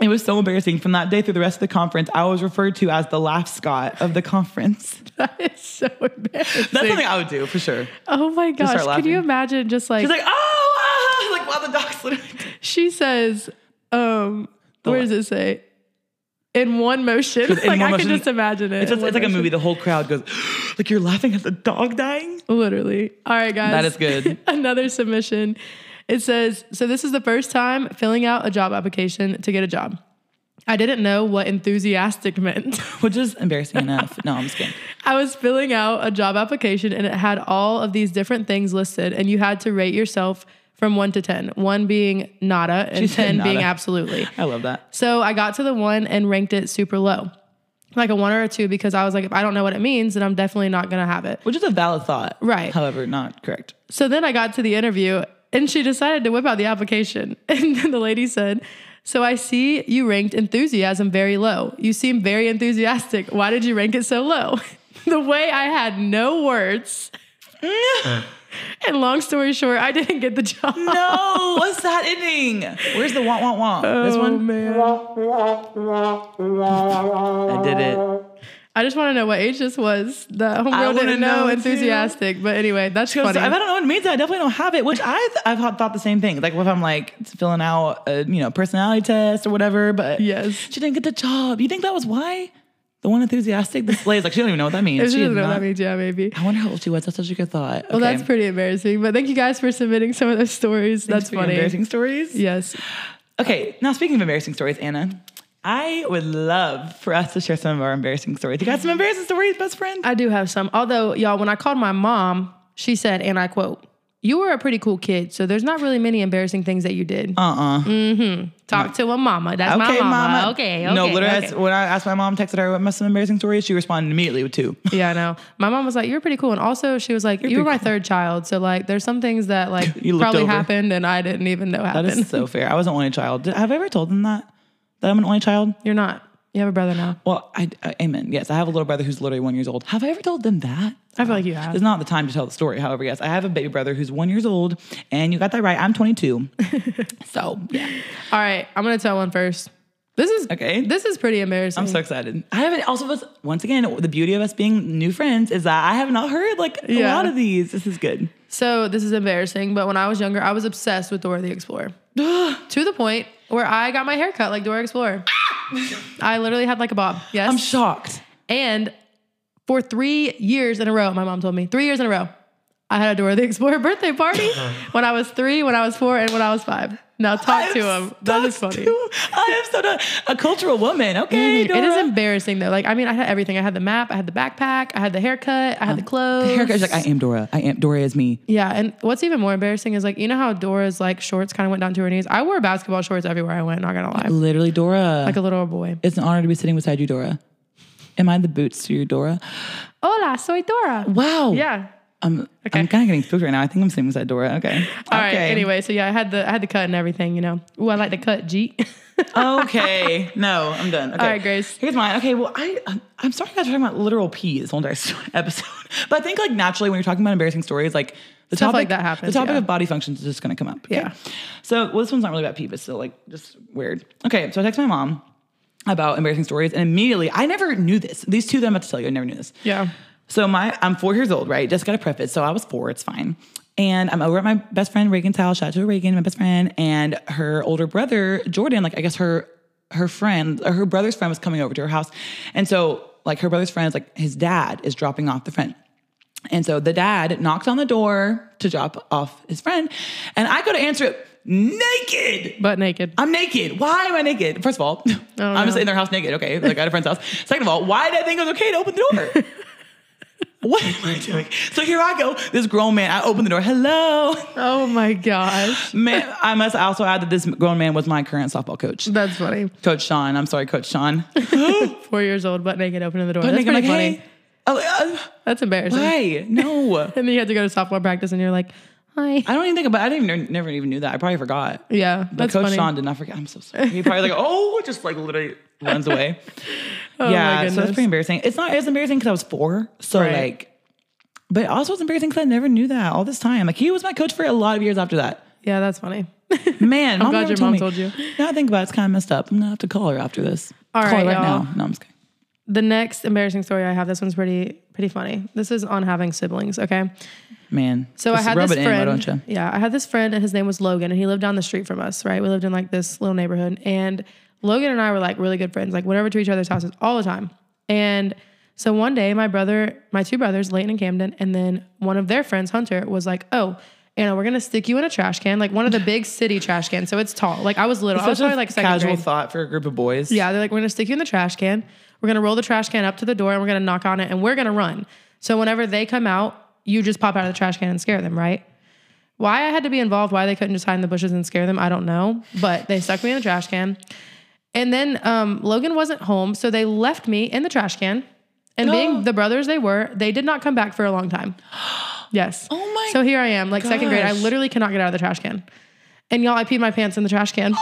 [SPEAKER 2] It was so embarrassing. From that day through the rest of the conference, I was referred to as the laugh Scott of the conference.
[SPEAKER 1] That is so embarrassing.
[SPEAKER 2] That's something I would do for sure.
[SPEAKER 1] oh my gosh. Can
[SPEAKER 2] laughing.
[SPEAKER 1] you imagine just like,
[SPEAKER 2] She's like, oh, ah," like while the dog's literally.
[SPEAKER 1] she says, um,
[SPEAKER 2] The
[SPEAKER 1] where
[SPEAKER 2] what?
[SPEAKER 1] does it say? In one motion.
[SPEAKER 2] in
[SPEAKER 1] like
[SPEAKER 2] one
[SPEAKER 1] I
[SPEAKER 2] motion.
[SPEAKER 1] can just imagine it.
[SPEAKER 2] It's,
[SPEAKER 1] in
[SPEAKER 2] just,
[SPEAKER 1] one
[SPEAKER 2] it's like a
[SPEAKER 1] motion.
[SPEAKER 2] movie. The whole crowd goes, like you're laughing at the dog dying.
[SPEAKER 1] Literally. All right, guys.
[SPEAKER 2] That is good.
[SPEAKER 1] Another submission. It says So, this is the first time filling out a job application to get a job. I didn't know what enthusiastic meant.
[SPEAKER 2] Which is embarrassing enough. No, I'm just kidding.
[SPEAKER 1] I was filling out a job application and it had all of these different things listed, and you had to rate yourself from one to 10, one being nada and
[SPEAKER 2] She said
[SPEAKER 1] 10 being
[SPEAKER 2] nada.
[SPEAKER 1] absolutely.
[SPEAKER 2] I love that.
[SPEAKER 1] So I got to the one and ranked it super low, like a one or a two, because I was like, if I don't know what it means, then I'm definitely not gonna have it.
[SPEAKER 2] Which is a valid thought.
[SPEAKER 1] Right.
[SPEAKER 2] However, not correct.
[SPEAKER 1] So then I got to the interview and she decided to whip out the application. And then the lady said, So I see you ranked enthusiasm very low. You seem very enthusiastic. Why did you rank it so low? The way I had no words. and long story short, I didn't get the job.
[SPEAKER 2] No, what's that ending? Where's the womp womp womp? this
[SPEAKER 1] Oh,
[SPEAKER 2] one?
[SPEAKER 1] man.
[SPEAKER 2] I did it.
[SPEAKER 1] I just want to know what age this was. The homegirl
[SPEAKER 2] wanna
[SPEAKER 1] didn't know,
[SPEAKER 2] know, too.
[SPEAKER 1] enthusiastic. But anyway, that's
[SPEAKER 2] Because
[SPEAKER 1] funny.
[SPEAKER 2] if I don't know what it means, I definitely don't have it, which I've, I've had- thought the same thing. Like, if I'm like filling out a you know personality test or whatever, but
[SPEAKER 1] Yes.
[SPEAKER 2] she didn't get the job. You think that was why? The one enthusiastic displays, like, she don't even know what that means.
[SPEAKER 1] She
[SPEAKER 2] She
[SPEAKER 1] doesn't
[SPEAKER 2] did
[SPEAKER 1] know what
[SPEAKER 2] not-
[SPEAKER 1] that means. Yeah, maybe.
[SPEAKER 2] I wonder how old she was. That's such a good thought.
[SPEAKER 1] Well, that's pretty embarrassing. But thank you guys for submitting some of those stories. that's funny.
[SPEAKER 2] Embarrassing stories.
[SPEAKER 1] Yes.
[SPEAKER 2] Okay, now speaking of embarrassing stories, Anna, I would love for us to share some of our embarrassing stories. You got some embarrassing stories, best friend?
[SPEAKER 1] I do have some. Although, y'all, when I called my mom, she said, and I quote, You were a pretty cool kid, so there's not really many embarrassing things that you did.
[SPEAKER 2] Uh uh
[SPEAKER 1] Talk to a mama. That's mm, my mama. Okay, okay.
[SPEAKER 2] No, literally,
[SPEAKER 1] okay.
[SPEAKER 2] that's- when I asked my mom, texted her, what must some embarrassing stories? She responded immediately with two.
[SPEAKER 1] Yeah, I know. My mom was like, You're pretty cool. And also, she was like, you were my
[SPEAKER 2] pretty
[SPEAKER 1] third child. So, like, there's some things that, like,
[SPEAKER 2] You looked
[SPEAKER 1] probably
[SPEAKER 2] over.
[SPEAKER 1] happened and I didn't even know
[SPEAKER 2] That
[SPEAKER 1] happened.
[SPEAKER 2] is so fair. I was an only child. Did- Have I ever told them that? That I'm an only child?
[SPEAKER 1] You're not. You have a brother now.
[SPEAKER 2] Well, I, I- amen. Yes, I have a little brother who's literally one years old. Have I ever told them that?
[SPEAKER 1] I feel like you have.
[SPEAKER 2] It's not the time to tell the story. However, yes, I have a baby brother who's one years old, and you got that right. I'm 22. so yeah,
[SPEAKER 1] All right, I'm gonna tell one first. This is
[SPEAKER 2] Okay.
[SPEAKER 1] This is pretty embarrassing.
[SPEAKER 2] I'm so excited. I haven't. Also, was once again the beauty of us being new friends is that I have not heard like a
[SPEAKER 1] Yeah.
[SPEAKER 2] lot of these. This is good.
[SPEAKER 1] So this is embarrassing, but when I was younger, I was obsessed with Dora the Explorer. to the point where I got my hair cut like Dora Explorer. I literally had like a bob. Yes.
[SPEAKER 2] Ah! I'm shocked.
[SPEAKER 1] and for three years in a row, my mom told me, three years in a row, I had a Dora the Explorer birthday party when I was three, when I was four, and when I was five. Now talk to him. That is
[SPEAKER 2] Talk
[SPEAKER 1] funny. Mhm.
[SPEAKER 2] to 'em. I am so done. A cultural woman. Okay,
[SPEAKER 1] It is
[SPEAKER 2] Dora.
[SPEAKER 1] embarrassing though. Like, I mean, I had everything. I had the map, I had the backpack, I had the haircut, I had the clothes.
[SPEAKER 2] Um, The haircut. She's like, I am Dora. I am Dora is me.
[SPEAKER 1] Yeah, and what's even more embarrassing is like you know how Dora's like shorts kind of went down to her knees. I wore basketball shorts everywhere I went. Not gonna lie,
[SPEAKER 2] Literally Dora.
[SPEAKER 1] like a little boy.
[SPEAKER 2] it's an honor to be sitting beside you, Dora. Am I the boots to you, Dora?
[SPEAKER 1] Hola, soy Dora.
[SPEAKER 2] Wow.
[SPEAKER 1] Yeah.
[SPEAKER 2] I'm,
[SPEAKER 1] Okay.
[SPEAKER 2] I'm kind of getting spooked right now. I think I'm sitting beside Dora. Okay.
[SPEAKER 1] All right.
[SPEAKER 2] Okay.
[SPEAKER 1] Anyway, so yeah, I had the I had the cut and everything. You know. Ooh, I like the cut. G.
[SPEAKER 2] okay. No, I'm done. Okay.
[SPEAKER 1] All right, Grace.
[SPEAKER 2] Here's mine. Okay. Well, I I'm- I'm sorry guys for talking about literal pee this whole entire episode, but I think like naturally when you're talking about embarrassing stories, like the
[SPEAKER 1] Stuff
[SPEAKER 2] topic
[SPEAKER 1] like that happens,
[SPEAKER 2] The topic
[SPEAKER 1] yeah.
[SPEAKER 2] of body functions is just going to come up. okay?
[SPEAKER 1] Yeah.
[SPEAKER 2] So well, this one's not really about pee, but still like just weird. Okay. So I text my mom about embarrassing stories, and immediately I never knew this. These two that I'm about to tell you, I never knew this.
[SPEAKER 1] yeah.
[SPEAKER 2] So my I'm four years old, right? Just got a preface. So I was four, it's fine. And I'm over at my best friend Reagan's house. Shout out to Reagan, my best friend, and her older brother, Jordan, like I guess her her friend or her brother's friend was coming over to her house. And so like her brother's friend is like his dad is dropping off the friend. And so the dad knocks on the door to drop off his friend. And I go to answer it naked.
[SPEAKER 1] Butt naked.
[SPEAKER 2] I'm naked. Why am I naked? First of all,
[SPEAKER 1] Oh,
[SPEAKER 2] I'm just in their house naked. Okay, like at a friend's house. Second of all, why did I think it was okay to open the door? what am I doing? So here I go. This grown man. I open the door. Hello,
[SPEAKER 1] oh my gosh.
[SPEAKER 2] man. I must also add that this grown man was my current softball coach,
[SPEAKER 1] That's funny.
[SPEAKER 2] Coach Sean. I'm sorry, Coach Sean. But
[SPEAKER 1] Four years old, butt naked, opening the door. That's
[SPEAKER 2] nigga, I'm
[SPEAKER 1] pretty
[SPEAKER 2] like,
[SPEAKER 1] funny.
[SPEAKER 2] hey. Oh, uh,
[SPEAKER 1] That's embarrassing.
[SPEAKER 2] why? No.
[SPEAKER 1] And then you had to go to softball practice, and you're like, hi.
[SPEAKER 2] I don't even think about. I didn't even, never even knew that. I probably forgot.
[SPEAKER 1] yeah.
[SPEAKER 2] But
[SPEAKER 1] That's
[SPEAKER 2] Coach
[SPEAKER 1] funny.
[SPEAKER 2] Sean did not forget. I'm so sorry. He probably like, oh, just like literally runs away.
[SPEAKER 1] Oh my
[SPEAKER 2] yeah, so it's
[SPEAKER 1] goodness.
[SPEAKER 2] pretty embarrassing. It's not as embarrassing because I was four. So
[SPEAKER 1] Right.
[SPEAKER 2] like, but it also it's embarrassing because I never knew that all this time. Like he was my coach for a lot of years after that.
[SPEAKER 1] yeah, that's funny.
[SPEAKER 2] Man,
[SPEAKER 1] I'm glad your mom
[SPEAKER 2] me.
[SPEAKER 1] told you.
[SPEAKER 2] Now I think about it, it's kind of messed up. I'm gonna have to call her after this.
[SPEAKER 1] All
[SPEAKER 2] call her
[SPEAKER 1] right,
[SPEAKER 2] right
[SPEAKER 1] y'all.
[SPEAKER 2] now. No, I'm just kidding.
[SPEAKER 1] The next embarrassing story I have, this one's pretty pretty funny. This is on having siblings, okay?
[SPEAKER 2] Man,
[SPEAKER 1] So I
[SPEAKER 2] just
[SPEAKER 1] had
[SPEAKER 2] rub
[SPEAKER 1] this
[SPEAKER 2] it
[SPEAKER 1] friend.
[SPEAKER 2] in, why don't you?
[SPEAKER 1] Yeah, I had this friend and his name was Logan and he lived down the street from us, right? We lived in like this little neighborhood and Logan and I were like really good friends, like went over to each other's houses all the time. And so one day my brother, my two brothers, Layton and Camden, and then one of their friends, Hunter, was like, "Oh, Anna, we're gonna stick you in a trash can, like one of the big city trash cans. So it's tall. Like I was little. I was
[SPEAKER 2] Such a
[SPEAKER 1] probably like second
[SPEAKER 2] casual
[SPEAKER 1] grade.
[SPEAKER 2] thought for a group of boys.
[SPEAKER 1] Yeah, they're like, we're gonna stick you in the trash can. We're gonna roll the trash can up to the door and we're gonna knock on it and we're gonna run. So whenever they come out, you just pop out of the trash can and scare them, right? Why I had to be involved, why they couldn't just hide in the bushes and scare them, I don't know. But they stuck me in the trash can. And then um, Logan wasn't home, so they left me in the trash can. And being the brothers they were, they did not come back for a long time. Yes.
[SPEAKER 2] Oh my
[SPEAKER 1] So here I am, like second grade. I
[SPEAKER 2] gosh.
[SPEAKER 1] literally cannot get out of the trash can. And y'all, I peed my pants in the trash can.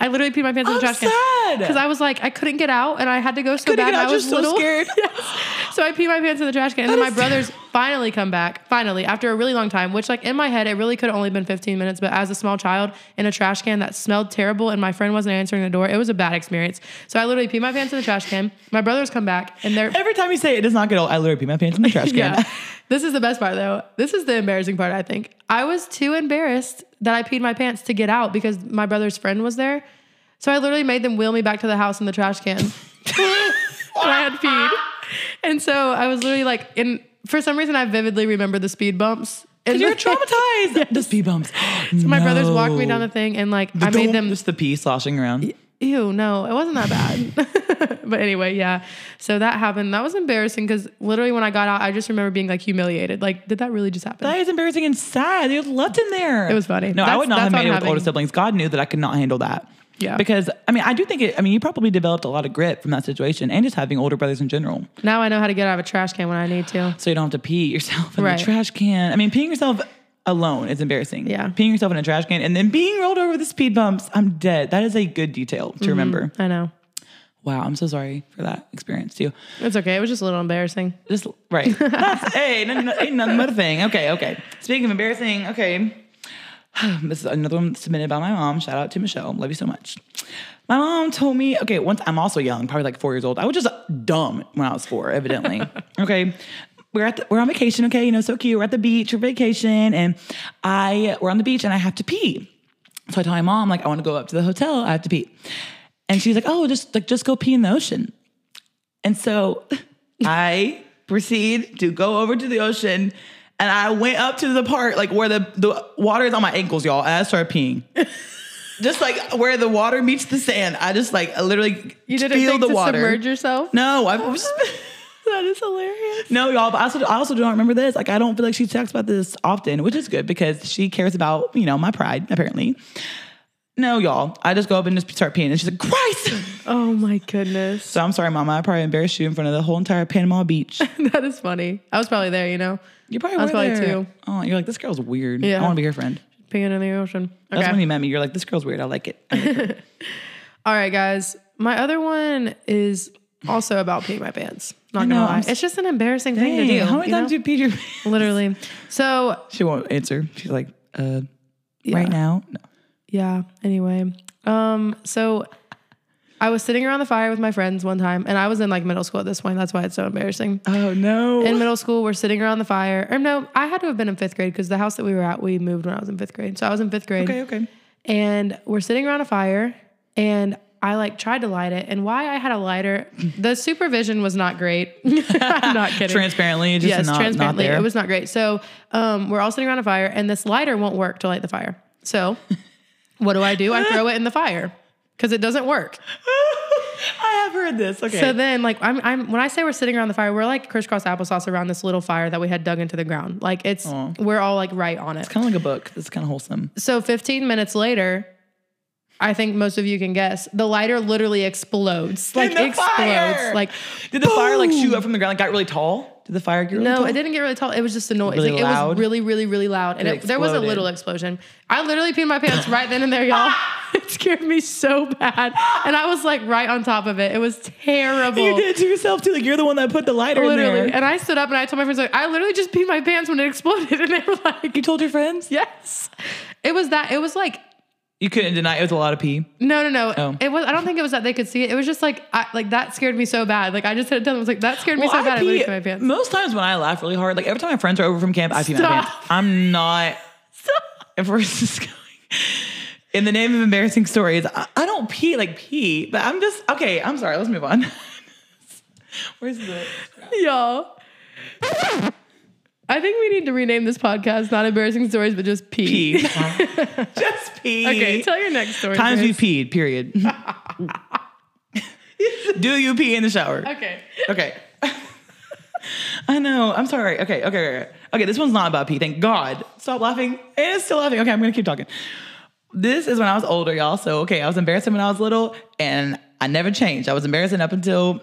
[SPEAKER 1] I literally peed my pants in the
[SPEAKER 2] I'm
[SPEAKER 1] trash can.
[SPEAKER 2] sad.
[SPEAKER 1] Because I was like, I couldn't get out and I had to go so
[SPEAKER 2] Couldn't
[SPEAKER 1] bad.
[SPEAKER 2] get
[SPEAKER 1] and
[SPEAKER 2] out,
[SPEAKER 1] I was
[SPEAKER 2] just so
[SPEAKER 1] little.
[SPEAKER 2] scared.
[SPEAKER 1] so I pee my pants in the trash can. And then my brothers finally come back, finally, after a really long time, which, like, in my head, it really could have only been 15 minutes. But as a small child in a trash can that smelled terrible and my friend wasn't answering the door, it was a bad experience. So I literally pee my pants in the trash can. My brothers come back and they're.
[SPEAKER 2] Every time you say it does not get old, I literally pee my pants in the trash can.
[SPEAKER 1] Yeah. This is the best part though. This is the embarrassing part, I think. I was too embarrassed that I peed my pants to get out because my brother's friend was there. So I literally made them wheel me back to the house in the trash can. and I had peed. And so I was literally like in for some reason I vividly remember the speed bumps. And
[SPEAKER 2] You're traumatized. The pee bumps. so
[SPEAKER 1] My brothers walked me down the thing and like I made them
[SPEAKER 2] just the pee sloshing around.
[SPEAKER 1] ew, no, it wasn't that bad. but anyway, yeah. So that happened. That was embarrassing because literally when I got out, I just remember being like humiliated. Like, did that really just happen?
[SPEAKER 2] That is embarrassing and sad. It was left in there.
[SPEAKER 1] It was funny.
[SPEAKER 2] No, I
[SPEAKER 1] That's-
[SPEAKER 2] would not
[SPEAKER 1] that's
[SPEAKER 2] have
[SPEAKER 1] what
[SPEAKER 2] made it
[SPEAKER 1] I'm
[SPEAKER 2] with older
[SPEAKER 1] having.
[SPEAKER 2] siblings. God knew that I could not handle that.
[SPEAKER 1] Yeah.
[SPEAKER 2] Because I mean, I do think it. I mean, you probably developed a lot of grit from that situation, and just having older brothers in general,
[SPEAKER 1] Now I know how to get out of a trash can when I need to.
[SPEAKER 2] so you don't have to pee yourself in
[SPEAKER 1] Right.
[SPEAKER 2] the trash can. I mean, peeing yourself alone is embarrassing.
[SPEAKER 1] Yeah.
[SPEAKER 2] Peeing yourself in a trash
[SPEAKER 1] Mm-hmm.
[SPEAKER 2] can and then being rolled over with the speed bumps. I'm dead. That is a good detail to remember.
[SPEAKER 1] I know.
[SPEAKER 2] Wow, I'm so sorry for that experience too.
[SPEAKER 1] It's okay. It was just a little embarrassing.
[SPEAKER 2] Just right. That's, hey, no, no, ain't nothing but a thing. Okay, okay. Speaking of embarrassing, okay. This is another one submitted by my mom. Shout out to Michelle. Love you so much. My mom told me, okay, once I'm also young, probably like four years old. I was just dumb when I was four, evidently. okay. We're at the, we're on vacation, okay? You know, so cute. We're at the beach for vacation, and I we're on the beach and I have to pee. So I tell my mom, like, I want to go up to the hotel, I have to pee. And she's like, Oh, just like just go pee in the ocean. And so I proceed to go over to the ocean and I went up to the part like where the, the water is on my ankles, y'all. And I started peeing. just like where the water meets the sand. I just like I literally
[SPEAKER 1] You didn't
[SPEAKER 2] feel
[SPEAKER 1] think
[SPEAKER 2] the
[SPEAKER 1] to
[SPEAKER 2] water.
[SPEAKER 1] submerge yourself.
[SPEAKER 2] No, I was
[SPEAKER 1] Oh, That is hilarious.
[SPEAKER 2] no, y'all. But I also, I also don't remember this. Like, I don't feel like she talks about this often, which is good because she cares about you know my pride apparently. No, y'all. I just go up and just start peeing, and she's like, "Christ!"
[SPEAKER 1] Oh my goodness.
[SPEAKER 2] So I'm sorry, Mama. I probably embarrassed you in front of the whole entire Panama Beach.
[SPEAKER 1] That is funny. I was probably there, you know,
[SPEAKER 2] You probably
[SPEAKER 1] I
[SPEAKER 2] were
[SPEAKER 1] was probably
[SPEAKER 2] there.
[SPEAKER 1] two.
[SPEAKER 2] Oh, you're like, this girl's weird.
[SPEAKER 1] Yeah.
[SPEAKER 2] I want to be her friend.
[SPEAKER 1] peeing in the ocean.
[SPEAKER 2] That's
[SPEAKER 1] Okay.
[SPEAKER 2] when you met me. You're like, this girl's weird. I like it. I like her.
[SPEAKER 1] All right, guys. My other one is also about peeing my pants. Not
[SPEAKER 2] know,
[SPEAKER 1] gonna
[SPEAKER 2] I'm
[SPEAKER 1] lie.
[SPEAKER 2] s-
[SPEAKER 1] It's just an embarrassing thing to
[SPEAKER 2] Dang,
[SPEAKER 1] do.
[SPEAKER 2] how many
[SPEAKER 1] you know?
[SPEAKER 2] times do you pee your?
[SPEAKER 1] Literally. So
[SPEAKER 2] she won't answer. She's like, uh,
[SPEAKER 1] Yeah.
[SPEAKER 2] right now. No.
[SPEAKER 1] Yeah. Anyway, um, so I was sitting around the fire with my friends one time, and I was in like middle school at this point. That's why it's so embarrassing.
[SPEAKER 2] Oh no.
[SPEAKER 1] In middle school, we're sitting around the fire. Or no, I had to have been in fifth grade because the house that we were at, we moved when I was in fifth grade. So I was in fifth grade,
[SPEAKER 2] okay. Okay.
[SPEAKER 1] and we're sitting around a fire, and I like tried to light it. And why I had a lighter, the supervision was not great. I'm not kidding
[SPEAKER 2] Transparently, just
[SPEAKER 1] yes,
[SPEAKER 2] not, not
[SPEAKER 1] transparently.
[SPEAKER 2] there.
[SPEAKER 1] It was not great. So um, we're all sitting around a fire, and this lighter won't work to light the fire. So what do I do? I throw it in the fire because it doesn't work.
[SPEAKER 2] I have heard this. Okay.
[SPEAKER 1] So then, like, I'm, I'm when I say we're sitting around the fire, we're like crisscross applesauce around this little fire that we had dug into the ground. Like, it's
[SPEAKER 2] Aw.
[SPEAKER 1] we're all like right on it.
[SPEAKER 2] it's kind of like a book. It's kind of wholesome.
[SPEAKER 1] So 15 minutes later. I think most of you can guess. The lighter literally explodes. Like
[SPEAKER 2] In the
[SPEAKER 1] explodes.
[SPEAKER 2] fire!
[SPEAKER 1] Like
[SPEAKER 2] Did the fire like shoot up from the ground? Like got really tall? Did the fire get really
[SPEAKER 1] No,
[SPEAKER 2] tall?
[SPEAKER 1] it didn't get really tall. It was just a noise.
[SPEAKER 2] Really
[SPEAKER 1] like, It
[SPEAKER 2] loud?
[SPEAKER 1] was really, really, really loud. And
[SPEAKER 2] It
[SPEAKER 1] it, there was a
[SPEAKER 2] exploded.
[SPEAKER 1] little explosion. I literally peed my pants right then and there, y'all. It scared me so bad. And I was like right on top of it. It was terrible.
[SPEAKER 2] You did it to yourself too. Like you're the one that put the lighter in
[SPEAKER 1] Literally.
[SPEAKER 2] there.
[SPEAKER 1] And I stood up and I told my friends, like, I literally just peed my pants when it exploded. And they were like,
[SPEAKER 2] You told your friends?
[SPEAKER 1] yes. It was that. It was like,
[SPEAKER 2] You couldn't deny it was a lot of pee.
[SPEAKER 1] no, no, no.
[SPEAKER 2] Oh.
[SPEAKER 1] It was. I don't think it was that they could see it. It was just like, I, like that scared me so bad. Like I just had it done. I was like, that scared me so bad. I, literally peed my pants.
[SPEAKER 2] Most times when I laugh really hard, like every time my friends are over from camp, I pee my
[SPEAKER 1] Stop.
[SPEAKER 2] pants. I'm not. If we're just going. In the name of embarrassing stories, I, I don't pee like pee, but I'm just okay. I'm sorry. Let's move on. Where's the?
[SPEAKER 1] Y'all. I think we need to rename this podcast not embarrassing stories, but just pee.
[SPEAKER 2] pee. just pee.
[SPEAKER 1] Okay, tell your next story.
[SPEAKER 2] Times you
[SPEAKER 1] Chris.
[SPEAKER 2] peed, period. Do you pee in the shower?
[SPEAKER 1] Okay.
[SPEAKER 2] Okay. I know. I'm sorry. Okay, okay, okay, okay. Okay, this one's not about pee. Thank God. Stop laughing. It is still laughing. Okay, I'm going to keep talking. This is when I was older, y'all. So, okay, I was embarrassing when I was little and I never changed. I was embarrassing up until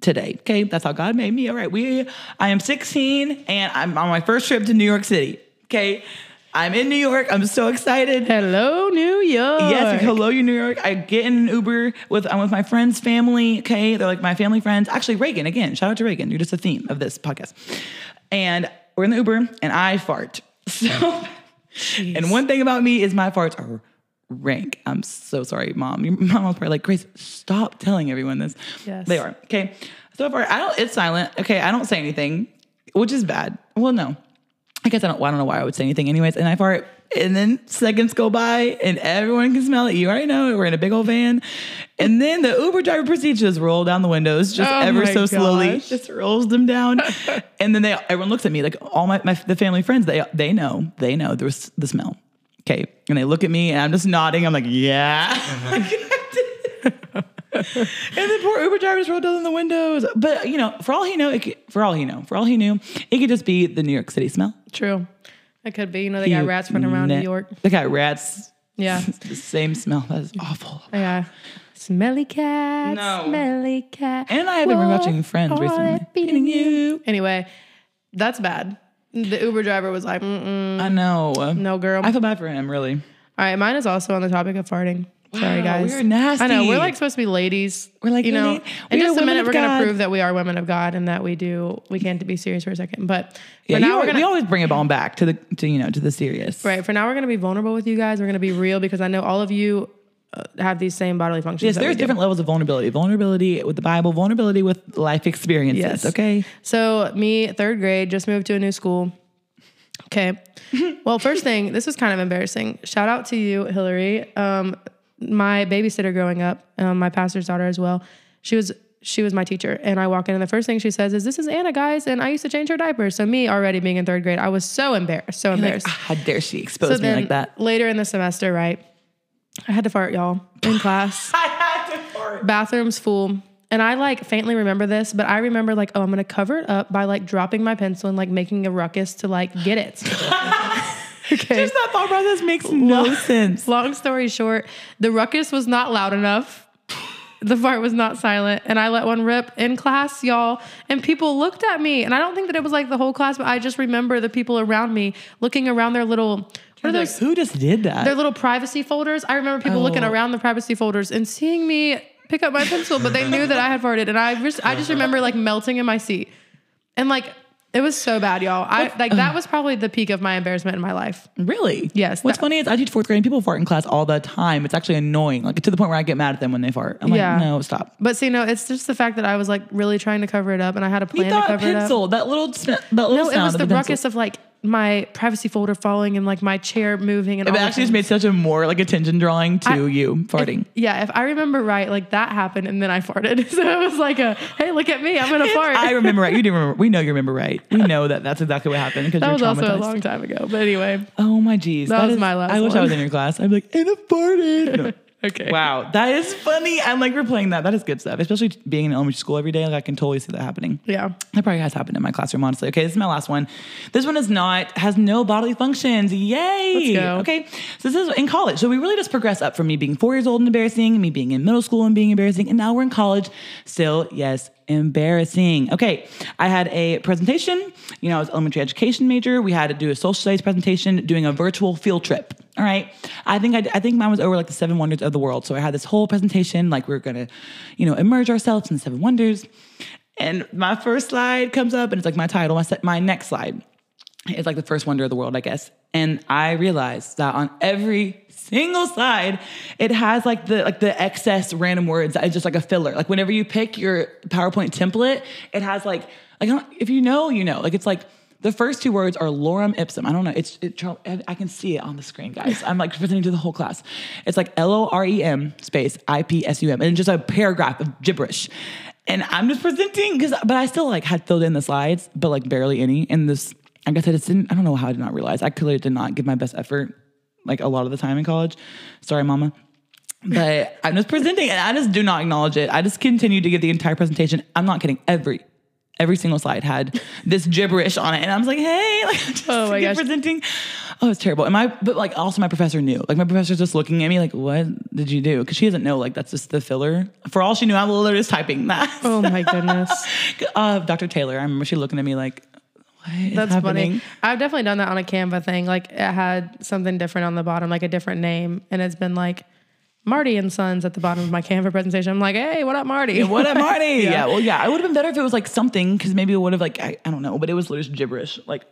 [SPEAKER 2] today. Okay, that's how God made me. All right, we I am 16 and I'm on my first trip to New York City. Okay, I'm in New York. I'm so excited.
[SPEAKER 1] Hello, New York.
[SPEAKER 2] Yes, hello, you New York. I get in an Uber with I'm with my friend's family. Okay, they're like my family friends. Actually, Reagan again. Shout out to Reagan. You're just a theme of this podcast. And we're in the Uber, and I fart. So, and one thing about me is my farts are rank. I'm so sorry, mom. Your mom was probably like, Grace, stop telling everyone this.
[SPEAKER 1] Yes.
[SPEAKER 2] they are. Okay, so I fart. I don't. It's silent. Okay, I don't say anything, which is bad. Well, no, I guess I don't, I don't know why I would say anything, anyways. And I fart, and then seconds go by, and everyone can smell it. You already know it. We're in a big old van. And then the Uber driver proceeds to just roll down the windows, just
[SPEAKER 1] Oh
[SPEAKER 2] ever
[SPEAKER 1] my
[SPEAKER 2] so slowly,
[SPEAKER 1] gosh.
[SPEAKER 2] just rolls them down. and then they everyone looks at me, like all my, my the family friends, they they know, they know there's the smell. Okay. And they look at me, and I'm just nodding. I'm like, yeah.
[SPEAKER 1] Uh-huh.
[SPEAKER 2] And the poor Uber driver just rolled down the windows. But you know, for all he know, it could, for all he know, for all he knew, it could just be the New York City smell.
[SPEAKER 1] True. It could be. You know, they got
[SPEAKER 2] You
[SPEAKER 1] rats running around
[SPEAKER 2] ne-
[SPEAKER 1] New York.
[SPEAKER 2] They got rats.
[SPEAKER 1] Yeah.
[SPEAKER 2] It's the same smell. That's awful.
[SPEAKER 1] Yeah. Smelly cat.
[SPEAKER 2] No.
[SPEAKER 1] Smelly cat.
[SPEAKER 2] And I have been
[SPEAKER 1] What
[SPEAKER 2] rewatching Friends
[SPEAKER 1] are
[SPEAKER 2] recently.
[SPEAKER 1] they feeding
[SPEAKER 2] you.
[SPEAKER 1] Anyway, that's bad. The Uber driver was like, Mm-mm,
[SPEAKER 2] I know.
[SPEAKER 1] no, girl.
[SPEAKER 2] I feel bad for him, really.
[SPEAKER 1] All right, mine is also on the topic of farting. Sorry,
[SPEAKER 2] Wow,
[SPEAKER 1] guys.
[SPEAKER 2] We're nasty.
[SPEAKER 1] I know we're like supposed to be ladies.
[SPEAKER 2] We're like,
[SPEAKER 1] you know,
[SPEAKER 2] lady-
[SPEAKER 1] in
[SPEAKER 2] we are
[SPEAKER 1] just a
[SPEAKER 2] women
[SPEAKER 1] minute
[SPEAKER 2] of
[SPEAKER 1] we're going
[SPEAKER 2] God.
[SPEAKER 1] to prove that we are women of God and that we do. We can't be serious for a second, but
[SPEAKER 2] Yeah,
[SPEAKER 1] for
[SPEAKER 2] you
[SPEAKER 1] now
[SPEAKER 2] al-
[SPEAKER 1] we're gonna.
[SPEAKER 2] we always bring it on back to the to you know to the serious.
[SPEAKER 1] Right. For now, we're going to be vulnerable with you guys. We're going to be real because I know all of you uh, have these same bodily functions.
[SPEAKER 2] Yes,
[SPEAKER 1] that we
[SPEAKER 2] there's
[SPEAKER 1] do.
[SPEAKER 2] different levels of vulnerability. Vulnerability with the Bible, vulnerability with life experiences.
[SPEAKER 1] Yes.
[SPEAKER 2] Okay.
[SPEAKER 1] So, me, third grade, just moved to a new school. Okay. Well, first thing, this was kind of embarrassing. Shout out to you, Hillary. Um, my babysitter growing up, um, my pastor's daughter as well. She was she was my teacher, and I walk in, and the first thing she says is, "This is Anna, guys," and I used to change her diapers. So me already being in third grade, I was so embarrassed, so embarrassed.
[SPEAKER 2] Ah, How dare she expose me like that?
[SPEAKER 1] later in the semester, right? I had to fart, y'all, in class. I had to fart. Bathroom's full. And I like faintly remember this, but I remember like, oh, I'm gonna cover it up by like dropping my pencil and like making a ruckus to like get it. okay.
[SPEAKER 2] Just that thought process makes no sense.
[SPEAKER 1] Long story short, the ruckus was not loud enough. The fart was not silent, and I let one rip in class, y'all. And people looked at me, and I don't think that it was like the whole class, but I just remember the people around me looking around their little what are
[SPEAKER 2] Like,
[SPEAKER 1] those
[SPEAKER 2] who just did that?
[SPEAKER 1] their little privacy folders. I remember people looking
[SPEAKER 2] Oh.
[SPEAKER 1] around the privacy folders and seeing me pick up my pencil, but they knew that I had farted, and I just I just remember like melting in my seat, and like it was so bad, y'all. I like that was probably the peak of my embarrassment in my life.
[SPEAKER 2] Really?
[SPEAKER 1] Yes,
[SPEAKER 2] What's
[SPEAKER 1] that-
[SPEAKER 2] funny is I teach fourth grade and people fart in class all the time. It's actually annoying, like to the point where I get mad at them when they fart. I'm
[SPEAKER 1] Yeah.
[SPEAKER 2] like, no, stop.
[SPEAKER 1] But see, no, it's just the fact that I was like really trying to cover it up, and I had a
[SPEAKER 2] You
[SPEAKER 1] plan to
[SPEAKER 2] thought a
[SPEAKER 1] cover it up.
[SPEAKER 2] pencil, that little, sn- that little
[SPEAKER 1] No,
[SPEAKER 2] sound
[SPEAKER 1] it was
[SPEAKER 2] of
[SPEAKER 1] the
[SPEAKER 2] pencil.
[SPEAKER 1] ruckus of like my privacy folder falling and like my chair moving and all
[SPEAKER 2] It
[SPEAKER 1] the
[SPEAKER 2] actually
[SPEAKER 1] things.
[SPEAKER 2] just made such a more like attention drawing to
[SPEAKER 1] I-
[SPEAKER 2] you farting.
[SPEAKER 1] yeah, if I remember right, like that happened, and then I farted. So it was like a, hey, look at me, I'm gonna fart.
[SPEAKER 2] I remember right. You do remember. We know you remember right. We know that that's exactly what happened because
[SPEAKER 1] That
[SPEAKER 2] you're
[SPEAKER 1] was
[SPEAKER 2] traumatized.
[SPEAKER 1] also a long time ago. But anyway,
[SPEAKER 2] oh my geez,
[SPEAKER 1] That was my last
[SPEAKER 2] I wish I
[SPEAKER 1] one.
[SPEAKER 2] was in your class. I'd be like, and I farted.
[SPEAKER 1] okay.
[SPEAKER 2] wow, that is funny. I'm like replaying that. That is good stuff, especially being in elementary school every day. Like I can totally see that happening.
[SPEAKER 1] Yeah.
[SPEAKER 2] That probably has happened in my classroom, honestly. Okay, this is my last one. This one is not, has no bodily functions. Yay.
[SPEAKER 1] Let's go.
[SPEAKER 2] Okay, so this is in college. So we really just progress up from me being four years old and embarrassing, me being in middle school and being embarrassing, and now we're in college. Still, yes, embarrassing. Okay, I had a presentation. You know, I was elementary education major. We had to do a social studies presentation doing a virtual field trip. All right. I think I, I think mine was over like the seven wonders of the world. So I had this whole presentation, like we were gonna, you know, immerse ourselves in the seven wonders. And my first slide comes up, and it's like my title. My se- my next slide is like the first wonder of the world, I guess. And I realized that on every single slide, it has like the like the excess random words. It's just like a filler. Like whenever you pick your PowerPoint template, it has like like I don't- if you know, you know. Like it's like. The first two words are lorem ipsum. I don't know. It's it, Charles, I can see it on the screen, guys. I'm like presenting to the whole class. It's like L O R E M space I P S U M, and it's just a paragraph of gibberish. And I'm just presenting because, but I still like had filled in the slides, but like barely any. And this, I guess I just didn't. I don't know how I did not realize. I clearly did not give my best effort, like a lot of the time in college. Sorry, mama but I'm just presenting and I just do not acknowledge it. I just continue to give the entire presentation. I'm not kidding. Every every single slide had this gibberish on it. And I was like, hey, like just
[SPEAKER 1] Oh my
[SPEAKER 2] keep
[SPEAKER 1] gosh.
[SPEAKER 2] presenting. Oh, it's terrible. And my but like also my professor knew. Like my professor's just looking at me like, what did you do? Because she doesn't know, like that's just the filler. For all she knew, I'm literally just typing that.
[SPEAKER 1] Oh my goodness.
[SPEAKER 2] Uh, Dr. Taylor, I remember she looking at me like, what is
[SPEAKER 1] That's
[SPEAKER 2] happening?
[SPEAKER 1] funny. I've definitely done that on a Canva thing. Like it had something different on the bottom, like a different name, and it's been like Marty and Sons at the bottom of my Canva presentation. I'm like, hey, what up, Marty?
[SPEAKER 2] What up, Marty? yeah. well, yeah. It would have been better if it was like something because maybe it would have like I, I don't know, but it was literally just gibberish, like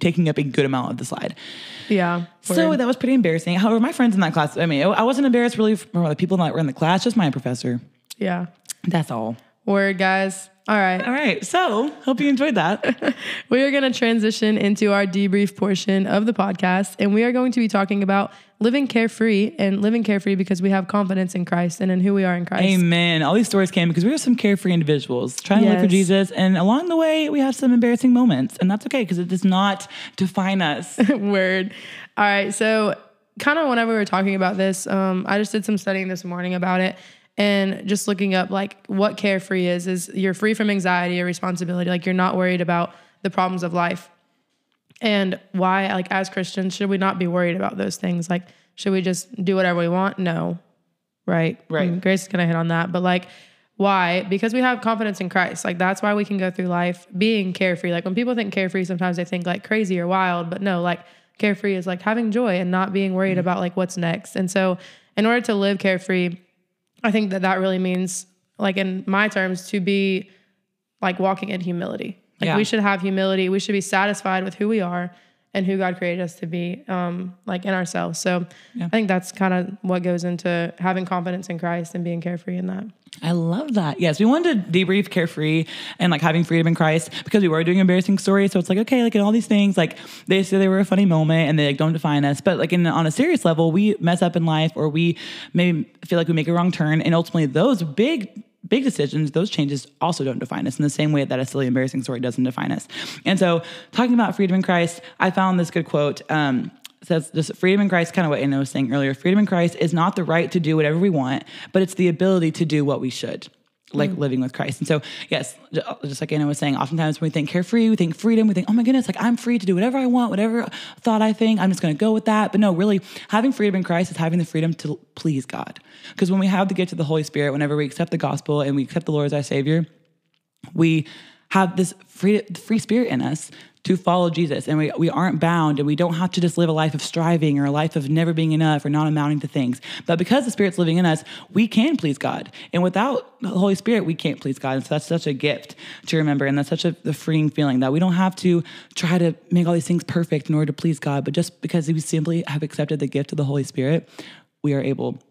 [SPEAKER 2] taking up a good amount of the slide.
[SPEAKER 1] yeah.
[SPEAKER 2] So
[SPEAKER 1] word.
[SPEAKER 2] that was pretty embarrassing. However, my friends in that class, I mean, I wasn't embarrassed really from the people that were in the class, just my professor.
[SPEAKER 1] yeah.
[SPEAKER 2] That's all.
[SPEAKER 1] Word, guys. All right.
[SPEAKER 2] All right. So hope you enjoyed that.
[SPEAKER 1] We are going to transition into our debrief portion of the podcast, and we are going to be talking about living carefree and living carefree because we have confidence in Christ and in who we are in Christ.
[SPEAKER 2] Amen. All these stories came because we were some carefree individuals trying to live for
[SPEAKER 1] Yes.
[SPEAKER 2] Jesus. And along the way, we have some embarrassing moments. And that's okay because it does not define us.
[SPEAKER 1] Word. All right. So, kind of whenever we were talking about this, um, I just did some studying this morning about it and just looking up like what carefree is is you're free from anxiety or responsibility. Like you're not worried about the problems of life. And why, like as Christians, should we not be worried about those things? Like, should we just do whatever we want? No. Right.
[SPEAKER 2] Right.
[SPEAKER 1] And Grace is gonna hit on that. But like why? Because we have confidence in Christ. Like that's why we can go through life being carefree. Like when people think carefree, sometimes they think like crazy or wild, but no, like carefree is like having joy and not being worried about like what's next. And so in order to live carefree, I think that that really means, like in my terms, to be like walking in humility. Like
[SPEAKER 2] Yeah.
[SPEAKER 1] we should have humility. We should be satisfied with who we are and who God created us to be, um, like in ourselves. So I think that's kind of what goes into having confidence in Christ and being carefree in that.
[SPEAKER 2] I love that. Yes, we wanted to debrief carefree and like having freedom in Christ because we were doing embarrassing stories. So it's like, okay, like in all these things, like they say they were a funny moment and they like don't define us. But like in on a serious level, we mess up in life or we maybe feel like we make a wrong turn. And ultimately those big big decisions, those changes also don't define us in the same way that a silly, embarrassing story doesn't define us. And so, talking about freedom in Christ, I found this good quote. Um, it says this freedom in Christ, kind of what Anna was saying earlier. Freedom in Christ is not the right to do whatever we want, but it's the ability to do what we should. Like living with Christ. And so, yes, j- just like Anna was saying, oftentimes when we think carefree, we think freedom, we think, oh my goodness, like I'm free to do whatever I want, whatever thought I think, I'm just gonna go with that. But no, really, having freedom in Christ is having the freedom to please God. Because when we have the gift of the Holy Spirit, whenever we accept the gospel and we accept the Lord as our Savior, we have this free free spirit in us to follow Jesus and we, we aren't bound and we don't have to just live a life of striving or a life of never being enough or not amounting to things. But because the Spirit's living in us, we can please God. And without the Holy Spirit, we can't please God. And so that's such a gift to remember. And that's such a the freeing feeling that we don't have to try to make all these things perfect in order to please God. But just because we simply have accepted the gift of the Holy Spirit, we are able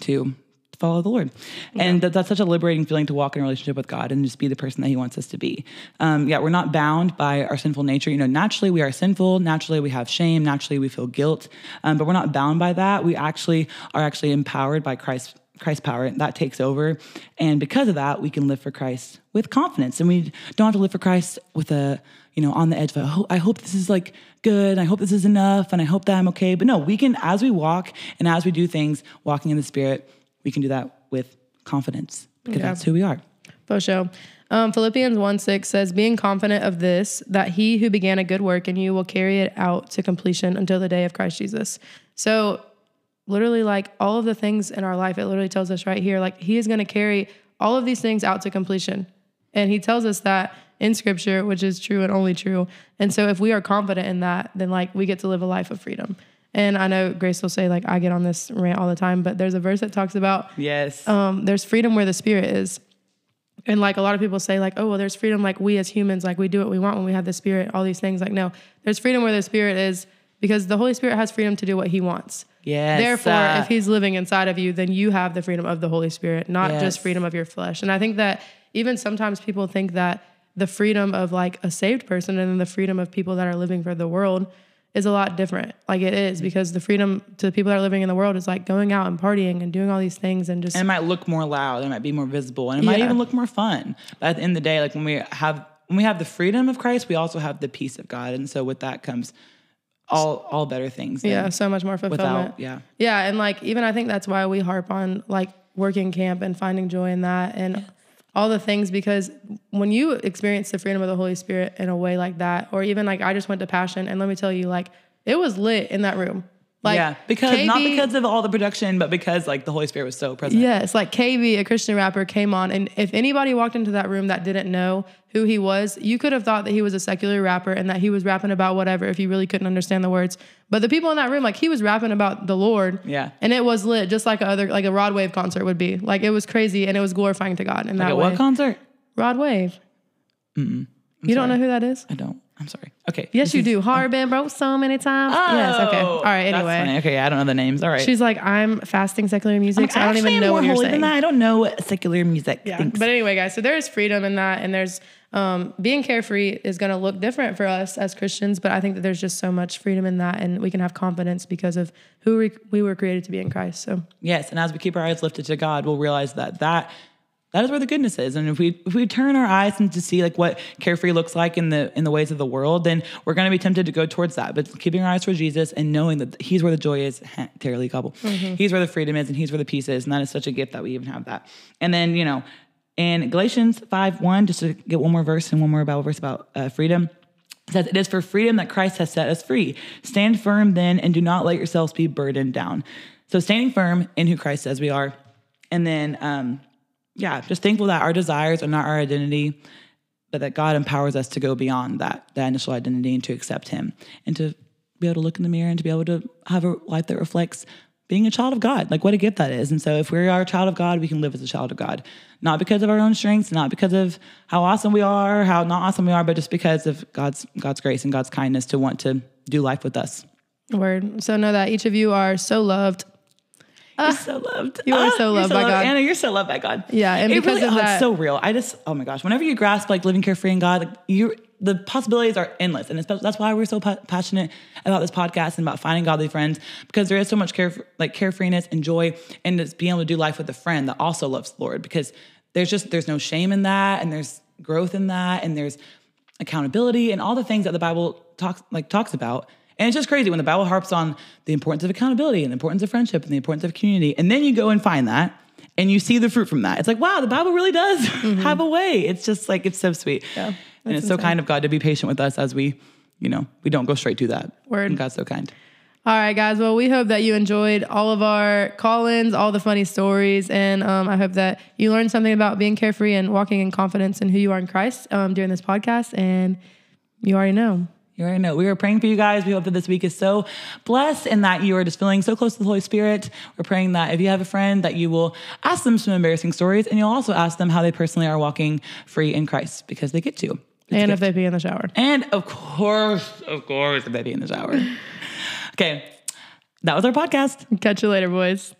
[SPEAKER 2] to follow the Lord. And that, that's such a liberating feeling to walk in a relationship with God and just be the person that He wants us to be. Um, yeah, we're not bound by our sinful nature. You know, naturally we are sinful. Naturally we have shame. Naturally we feel guilt. Um, but we're not bound by that. We actually are actually empowered by Christ. Christ's power that takes over, and because of that, we can live for Christ with confidence, and we don't have to live for Christ with a you know on the edge of I hope, I hope this is like good, and I hope this is enough, and I hope that I'm okay. But no, we can as we walk and as we do things, walking in the Spirit, we can do that with confidence because that's who we are.
[SPEAKER 1] For sure. Um, Philippians 1 6 says, Being confident of this, that he who began a good work in you will carry it out to completion until the day of Christ Jesus. So, literally, like all of the things in our life, it literally tells us right here, like he is going to carry all of these things out to completion. And he tells us that in scripture, which is true and only true. And so, if we are confident in that, then like we get to live a life of freedom. And I know Grace will say, like, I get on this rant all the time, but there's a verse that talks about
[SPEAKER 2] Yes.
[SPEAKER 1] um, there's freedom where the spirit is. And like a lot of people say, like, oh, well, there's freedom. Like we as humans, like we do what we want when we have the spirit, all these things. Like, no, there's freedom where the spirit is because the Holy Spirit has freedom to do what he wants.
[SPEAKER 2] yes.
[SPEAKER 1] Therefore,
[SPEAKER 2] uh,
[SPEAKER 1] if he's living inside of you, then you have the freedom of the Holy Spirit, not
[SPEAKER 2] Yes.
[SPEAKER 1] just freedom of your flesh. And I think that even sometimes people think that the freedom of like a saved person and then the freedom of people that are living for the world is a lot different. Like it is because the freedom to the people that are living in the world is like going out and partying and doing all these things and just
[SPEAKER 2] and it might look more loud and it might be more visible and it might
[SPEAKER 1] Yeah.
[SPEAKER 2] even look more fun but at the end of the day like when we have when we have the freedom of christ we also have the peace of god and so with that comes all all better things than
[SPEAKER 1] yeah, so much more fulfillment.
[SPEAKER 2] without yeah
[SPEAKER 1] Yeah, and like even I think that's why we harp on like working camp and finding joy in that and all the things because when you experience the freedom of the Holy Spirit in a way like that, or even like I just went to Passion and let me tell you, like it was lit in that room. Like
[SPEAKER 2] yeah because not
[SPEAKER 1] KB
[SPEAKER 2] because of all the production but because like the holy spirit was so present
[SPEAKER 1] Yes, like KB, a Christian rapper, came on, and if anybody walked into that room that didn't know who he was, you could have thought that he was a secular rapper and that he was rapping about whatever if you really couldn't understand the words. But the people in that room, like he was rapping about the Lord,
[SPEAKER 2] Yeah.
[SPEAKER 1] and it was lit, just like a other like a Rod Wave concert would be. Like it was crazy, and it was glorifying to God in that
[SPEAKER 2] like at
[SPEAKER 1] way.
[SPEAKER 2] what concert
[SPEAKER 1] Rod Wave. You don't know who that is?
[SPEAKER 2] i don't i'm sorry okay
[SPEAKER 1] Yes, you do. Hard been broke so many times. yes. Okay. All right.
[SPEAKER 2] Oh, That's
[SPEAKER 1] Anyway.
[SPEAKER 2] funny. okay i don't know the names all right
[SPEAKER 1] She's like, I'm fasting secular music, so I don't
[SPEAKER 2] Actually,
[SPEAKER 1] even
[SPEAKER 2] I'm
[SPEAKER 1] know
[SPEAKER 2] more
[SPEAKER 1] what you're
[SPEAKER 2] holy than
[SPEAKER 1] saying.
[SPEAKER 2] that. i don't know secular music
[SPEAKER 1] Yeah.
[SPEAKER 2] Thanks.
[SPEAKER 1] But anyway, guys, so there is freedom in that, and there's um, being carefree is going to look different for us as Christians. But I think that there's just so much freedom in that, and we can have confidence because of who we, we were created to be in Christ. So
[SPEAKER 2] Yes, and as we keep our eyes lifted to God, we'll realize that that that is where the goodness is. And if we if we turn our eyes and to see like what carefree looks like in the in the ways of the world, then we're going to be tempted to go towards that. But keeping our eyes for Jesus and knowing that He's where the joy is, terribly gobble. He's where the freedom is, and He's where the peace is, and that is such a gift that we even have that. And then you know, in Galatians five one, just to get one more verse and one more Bible verse about uh, freedom says it is for freedom that Christ has set us free. Stand firm then and do not let yourselves be burdened down. So standing firm in who Christ says we are. And then um yeah, just thankful that our desires are not our identity, but that God empowers us to go beyond that that initial identity and to accept him and to be able to look in the mirror and to be able to have a life that reflects being a child of God. Like what a gift that is. And so if we are a child of God, we can live as a child of God. Not because of our own strengths, not because of how awesome we are, how not awesome we are, but just because of God's God's grace and God's kindness to want to do life with us.
[SPEAKER 1] Word. So know that each of you are so loved.
[SPEAKER 2] You're so loved. Ah,
[SPEAKER 1] you are so
[SPEAKER 2] you're
[SPEAKER 1] loved by God.
[SPEAKER 2] Anna, you're so loved by God.
[SPEAKER 1] Yeah, and
[SPEAKER 2] it
[SPEAKER 1] because
[SPEAKER 2] really,
[SPEAKER 1] of
[SPEAKER 2] oh, it's
[SPEAKER 1] that-
[SPEAKER 2] so real. I just, oh my gosh, whenever you grasp like living carefree in God, like, you the possibilities are endless, and especially, that's why we're so pa- passionate about this podcast and about finding godly friends because there is so much care, like carefreeness and joy, and it's being able to do life with a friend that also loves the Lord because there's just there's no shame in that, and there's growth in that, and there's accountability and all the things that the Bible talks like talks about. And it's just crazy when the Bible harps on the importance of accountability and the importance of friendship and the importance of community. And then you go and find that and you see the fruit from that. It's like, wow, the Bible really does
[SPEAKER 1] Mm-hmm.
[SPEAKER 2] have a way. It's just like it's so sweet. and it's so kind of God to be patient with us as we, you know, we don't go straight to that.
[SPEAKER 1] Word.
[SPEAKER 2] And God's so kind.
[SPEAKER 1] All right, guys. Well, we hope that you enjoyed all of our call ins, all the funny stories. And um, I hope that you learned something about being carefree and walking in confidence in who you are in Christ um, during this podcast. And you already know.
[SPEAKER 2] You already know. We are praying for you guys. We hope that this week is so blessed and that you are just feeling so close to the Holy Spirit. We're praying that if you have a friend, that you will ask them some embarrassing stories and you'll also ask them how they personally are walking free in Christ because they get to. It's
[SPEAKER 1] and
[SPEAKER 2] a
[SPEAKER 1] if they pee in the shower.
[SPEAKER 2] And of course, of course, a baby in the shower. okay. That was our podcast.
[SPEAKER 1] Catch you later, boys.